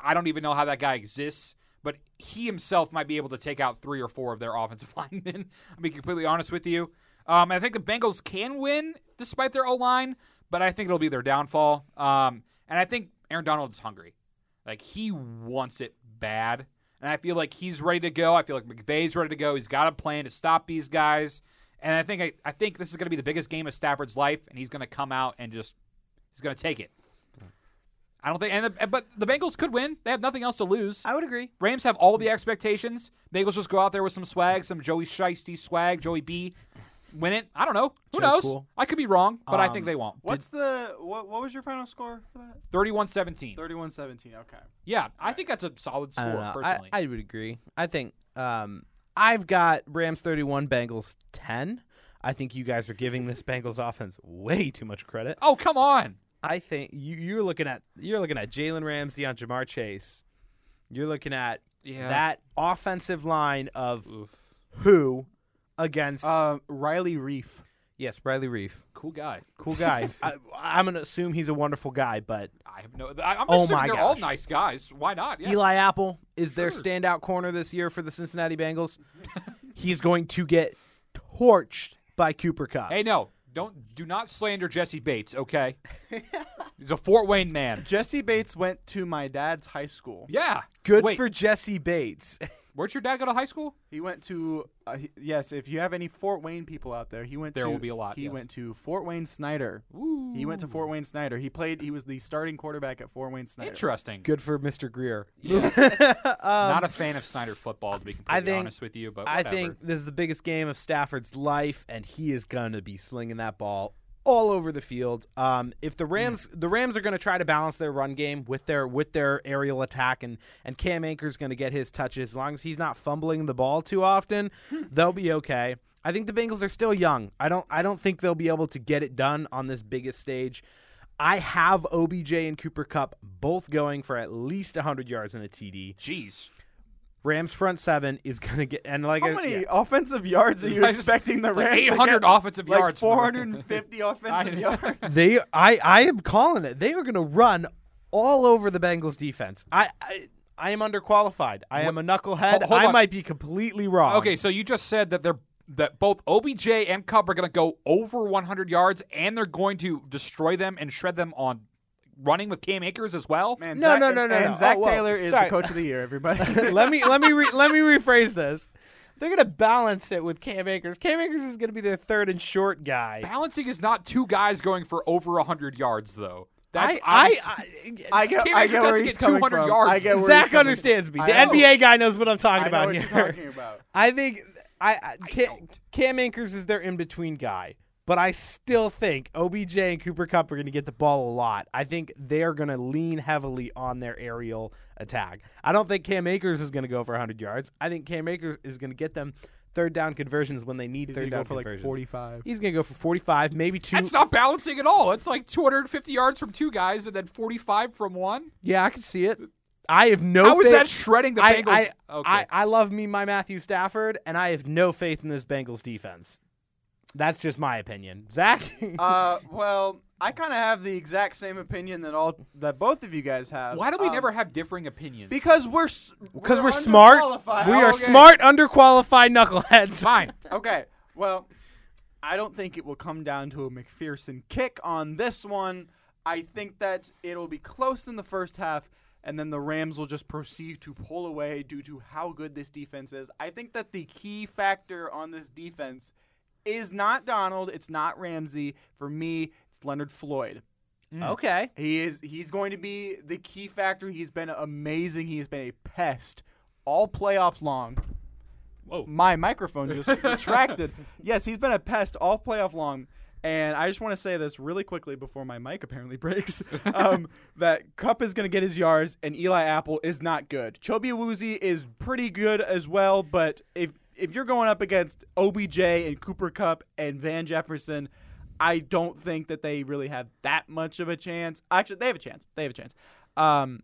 [SPEAKER 2] I don't even know how that guy exists, but he himself might be able to take out three or four of their offensive linemen. I'll be completely honest with you. Um, I think the Bengals can win despite their O line, but I think it'll be their downfall. Um, and I think Aaron Donald is hungry. Like he wants it bad. And I feel like he's ready to go. I feel like McVay's ready to go. He's got a plan to stop these guys. And I think I, I think this is gonna be the biggest game of Stafford's life, and he's gonna come out and just he's gonna take it. I don't think and the, but the Bengals could win. They have nothing else to lose.
[SPEAKER 4] I would agree.
[SPEAKER 2] Rams have all the expectations. Bengals just go out there with some swag, some Joey Shiesty swag, Joey B. Win it. I don't know. Who
[SPEAKER 4] Joe
[SPEAKER 2] knows?
[SPEAKER 4] Cool.
[SPEAKER 2] I could be wrong, but I
[SPEAKER 4] Um,
[SPEAKER 2] think they won't.
[SPEAKER 1] What's the what? What was your final score for that?
[SPEAKER 2] 31-17.
[SPEAKER 1] 31-17. Okay.
[SPEAKER 2] Yeah, I think that's a solid
[SPEAKER 4] I, don't
[SPEAKER 2] score
[SPEAKER 4] know. I-
[SPEAKER 2] personally.
[SPEAKER 4] I would agree. I think um, I've got Rams 31, Bengals 10. I think you guys are giving this Bengals offense way too much credit.
[SPEAKER 2] oh, come on.
[SPEAKER 4] I think you, you're looking at you're looking at Jalen Ramsey on Jamar Chase. You're looking at
[SPEAKER 2] Yeah.
[SPEAKER 4] that offensive line of who against
[SPEAKER 1] Uh, Riley Reef.
[SPEAKER 4] yes Riley Reef,
[SPEAKER 2] cool guy.
[SPEAKER 4] cool guy. I, I'm gonna assume he's a wonderful guy, but
[SPEAKER 2] I have no I, I'm
[SPEAKER 4] Oh
[SPEAKER 2] assuming
[SPEAKER 4] my
[SPEAKER 2] they're all
[SPEAKER 4] gosh.
[SPEAKER 2] nice guys. Why not? Yeah.
[SPEAKER 4] Eli Apple is their
[SPEAKER 2] Sure.
[SPEAKER 4] standout corner this year for the Cincinnati Bengals. He's going to get torched by Cooper Cup.
[SPEAKER 2] Hey, no. Don't do not slander Jesse Bates, okay? He's a Fort Wayne man.
[SPEAKER 1] Jesse Bates went to my dad's high school.
[SPEAKER 2] Yeah.
[SPEAKER 4] Good
[SPEAKER 2] Wait,
[SPEAKER 4] for Jesse Bates.
[SPEAKER 2] Where'd your dad go to high school?
[SPEAKER 1] He went to uh, he- yes. If you have any Fort Wayne people out there, he went.
[SPEAKER 2] There
[SPEAKER 1] to,
[SPEAKER 2] will be a lot,
[SPEAKER 1] He
[SPEAKER 2] yes.
[SPEAKER 1] went to Fort Wayne Snyder.
[SPEAKER 2] Ooh.
[SPEAKER 1] He went to Fort Wayne Snyder. He played. He was the starting quarterback at Fort Wayne Snyder.
[SPEAKER 2] Interesting.
[SPEAKER 4] Good for Mr. Greer.
[SPEAKER 2] Not a fan of Snyder football, to be completely
[SPEAKER 4] I think-
[SPEAKER 2] honest with you, but
[SPEAKER 4] I
[SPEAKER 2] whatever.
[SPEAKER 4] think this is the biggest game of Stafford's life, and he is going to be slinging that ball all over the field. Um, if
[SPEAKER 1] Hmm.
[SPEAKER 4] the Rams, the Rams are going to try to balance their run game with their with their aerial attack, and and Cam Anker's going to get his touches as long as he's not fumbling the ball too often,
[SPEAKER 1] Hmm.
[SPEAKER 4] they'll be okay. I think the Bengals are still young. I don't I don't think they'll be able to get it done on this biggest stage. I have OBJ and Cooper Cup both going for at least 100 yards and a TD.
[SPEAKER 2] Jeez.
[SPEAKER 4] Rams front seven is going to get and like
[SPEAKER 1] How
[SPEAKER 4] I-
[SPEAKER 1] many
[SPEAKER 4] yeah.
[SPEAKER 1] offensive yards are you
[SPEAKER 2] It's
[SPEAKER 1] expecting the
[SPEAKER 2] like
[SPEAKER 1] Rams? to
[SPEAKER 2] 800
[SPEAKER 1] get?
[SPEAKER 2] offensive
[SPEAKER 1] Like
[SPEAKER 2] yards from the-
[SPEAKER 1] 450 offensive
[SPEAKER 2] I-
[SPEAKER 1] yards.
[SPEAKER 4] they I I am calling it. They are going to run all over the Bengals defense. I I, I am underqualified. I am a knucklehead.
[SPEAKER 2] Ho- hold
[SPEAKER 4] I
[SPEAKER 2] on.
[SPEAKER 4] might be completely wrong.
[SPEAKER 2] Okay, so you just said that they're that both OBJ and Cup are going to go over 100 yards, and they're going to destroy them and shred them on running with Cam Akers as well.
[SPEAKER 1] Man,
[SPEAKER 4] No,
[SPEAKER 1] Zach-
[SPEAKER 4] no, no, no,
[SPEAKER 1] And
[SPEAKER 4] no.
[SPEAKER 1] Zach
[SPEAKER 4] Oh, whoa.
[SPEAKER 1] Taylor is
[SPEAKER 4] Sorry.
[SPEAKER 1] the coach of the year. Everybody.
[SPEAKER 4] let me let me re, let me rephrase this. They're going to balance it with Cam Akers. Cam Akers is going to be their third and short guy.
[SPEAKER 2] Balancing is not two guys going for over 100 yards, though. That's
[SPEAKER 4] I I,
[SPEAKER 2] obvious-
[SPEAKER 4] I,
[SPEAKER 1] I get,
[SPEAKER 2] Cam
[SPEAKER 1] I
[SPEAKER 2] Akers
[SPEAKER 1] get
[SPEAKER 2] has
[SPEAKER 1] where
[SPEAKER 2] to
[SPEAKER 1] he's
[SPEAKER 2] get
[SPEAKER 1] coming
[SPEAKER 2] 200
[SPEAKER 1] from.
[SPEAKER 2] yards.
[SPEAKER 1] I get where he's
[SPEAKER 4] Zach
[SPEAKER 1] coming-
[SPEAKER 4] understands me.
[SPEAKER 1] I
[SPEAKER 4] The
[SPEAKER 1] know.
[SPEAKER 4] NBA guy knows what I'm talking
[SPEAKER 1] I know
[SPEAKER 4] about
[SPEAKER 1] what
[SPEAKER 4] here.
[SPEAKER 1] you're talking about.
[SPEAKER 4] I think I, I, Cam,
[SPEAKER 2] don't.
[SPEAKER 4] Cam Akers is their in between guy, but I still think OBJ and Cooper Cup are going to get the ball a lot. I think they are going to lean heavily on their aerial attack. I don't think Cam Akers is going to go for 100 yards. I think Cam Akers is going to get them third down conversions when they need
[SPEAKER 1] He's
[SPEAKER 4] third
[SPEAKER 1] gonna
[SPEAKER 4] down
[SPEAKER 1] go for like
[SPEAKER 4] conversions.
[SPEAKER 1] 45.
[SPEAKER 4] He's going to go for 45, maybe two.
[SPEAKER 2] that's not balancing at all. It's like 250 yards from two guys and then 45 from one.
[SPEAKER 4] yeah, I can see it. I have no.
[SPEAKER 2] How is
[SPEAKER 4] faith-
[SPEAKER 2] that shredding the
[SPEAKER 4] I,
[SPEAKER 2] Bengals?
[SPEAKER 4] I,
[SPEAKER 2] okay.
[SPEAKER 4] I, I love me my Matthew Stafford, and I have no faith in this Bengals defense. That's just my opinion, Zach.
[SPEAKER 1] Uh, well, I kind of have the exact same opinion that all that both of you guys have.
[SPEAKER 2] Why do we
[SPEAKER 1] Um,
[SPEAKER 2] never have differing opinions?
[SPEAKER 1] Because we're
[SPEAKER 4] Because we're, smart. We are smart, underqualified knuckleheads.
[SPEAKER 2] fine.
[SPEAKER 1] Okay. Well, I don't think it will come down to a McPherson kick on this one. I think that it'll be close in the first half. and then the Rams will just proceed to pull away due to how good this defense is. I think that the key factor on this defense is not Donald, it's not Ramsey. For me, it's Leonard Floyd.
[SPEAKER 2] Hmm.
[SPEAKER 4] Okay.
[SPEAKER 1] He is he's going to be the key factor. He's been amazing. He has been a pest all playoffs long.
[SPEAKER 2] Whoa.
[SPEAKER 1] My microphone just retracted. Yes, he's been a pest all playoff long. And I just want to say this really quickly before my mic apparently breaks um, that Cup is going to get his yards, and Eli Apple is not good. Chobi Woozy is pretty good as well, but if if you're going up against OBJ and Cooper Cup and Van Jefferson, I don't think that they really have that much of a chance. Actually, they have a chance. They have a chance. Um,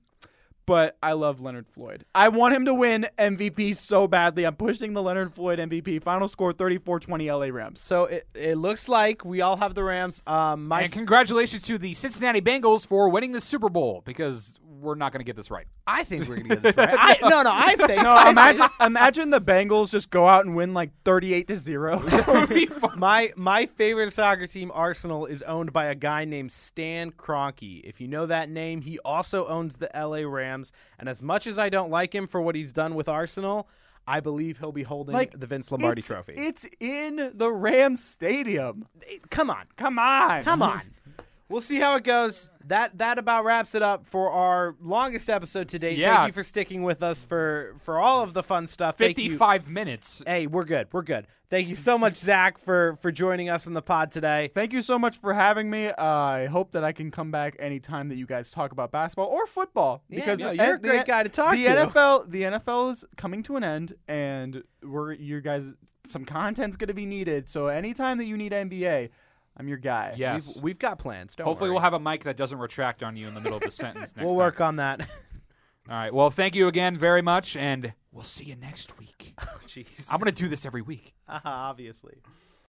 [SPEAKER 1] but I love Leonard Floyd. I want him to win MVP so badly. I'm pushing the Leonard Floyd MVP. Final score 34-20 LA Rams.
[SPEAKER 4] So it, it looks like we all have the Rams. Um, my
[SPEAKER 2] And congratulations to the Cincinnati Bengals for winning the Super Bowl because we're not going to get this right.
[SPEAKER 4] I think we're gonna get this right. I, no, no, I think.
[SPEAKER 1] No, imagine imagine the Bengals just go out and win like 38 to 0.
[SPEAKER 2] Be fun.
[SPEAKER 4] My my favorite soccer team, Arsenal, is owned by a guy named Stan Kroenke. If you know that name, he also owns the LA Rams. And as much as I don't like him for what he's done with Arsenal, I believe he'll be holding
[SPEAKER 1] Like,
[SPEAKER 4] the Vince Lombardi
[SPEAKER 1] it's,
[SPEAKER 4] Trophy.
[SPEAKER 1] It's in the Rams stadium.
[SPEAKER 4] It- come on,
[SPEAKER 1] Come on.
[SPEAKER 4] come on. We'll see how it goes. That that about wraps it up for our longest episode to date.
[SPEAKER 2] Yeah.
[SPEAKER 4] Thank you for sticking with us for for all of the fun stuff. Thank you.
[SPEAKER 2] 55 minutes.
[SPEAKER 4] Hey, we're good. We're good. Thank you so much, Zach, for for joining us on the pod today.
[SPEAKER 1] Thank you so much for having me. Uh, I hope that I can come back anytime that you guys talk about basketball or football. Because
[SPEAKER 4] no,
[SPEAKER 1] the-
[SPEAKER 4] you're a
[SPEAKER 1] the-
[SPEAKER 4] great guy to talk
[SPEAKER 1] the
[SPEAKER 4] to.
[SPEAKER 1] NFL, the NFL is coming to an end, and we're you guys some content's going to be needed. So anytime that you need NBA, I'm your guy.
[SPEAKER 2] Yes.
[SPEAKER 4] We've, we've got plans. Don't
[SPEAKER 2] Hopefully,
[SPEAKER 4] worry.
[SPEAKER 2] we'll have a mic that doesn't retract on you in the middle of the sentence next
[SPEAKER 4] we'll
[SPEAKER 2] time.
[SPEAKER 4] work on that.
[SPEAKER 2] All right. Well, thank you again very much, and we'll see you next week.
[SPEAKER 4] Jeez,
[SPEAKER 2] I'm going to do this every week.
[SPEAKER 4] obviously.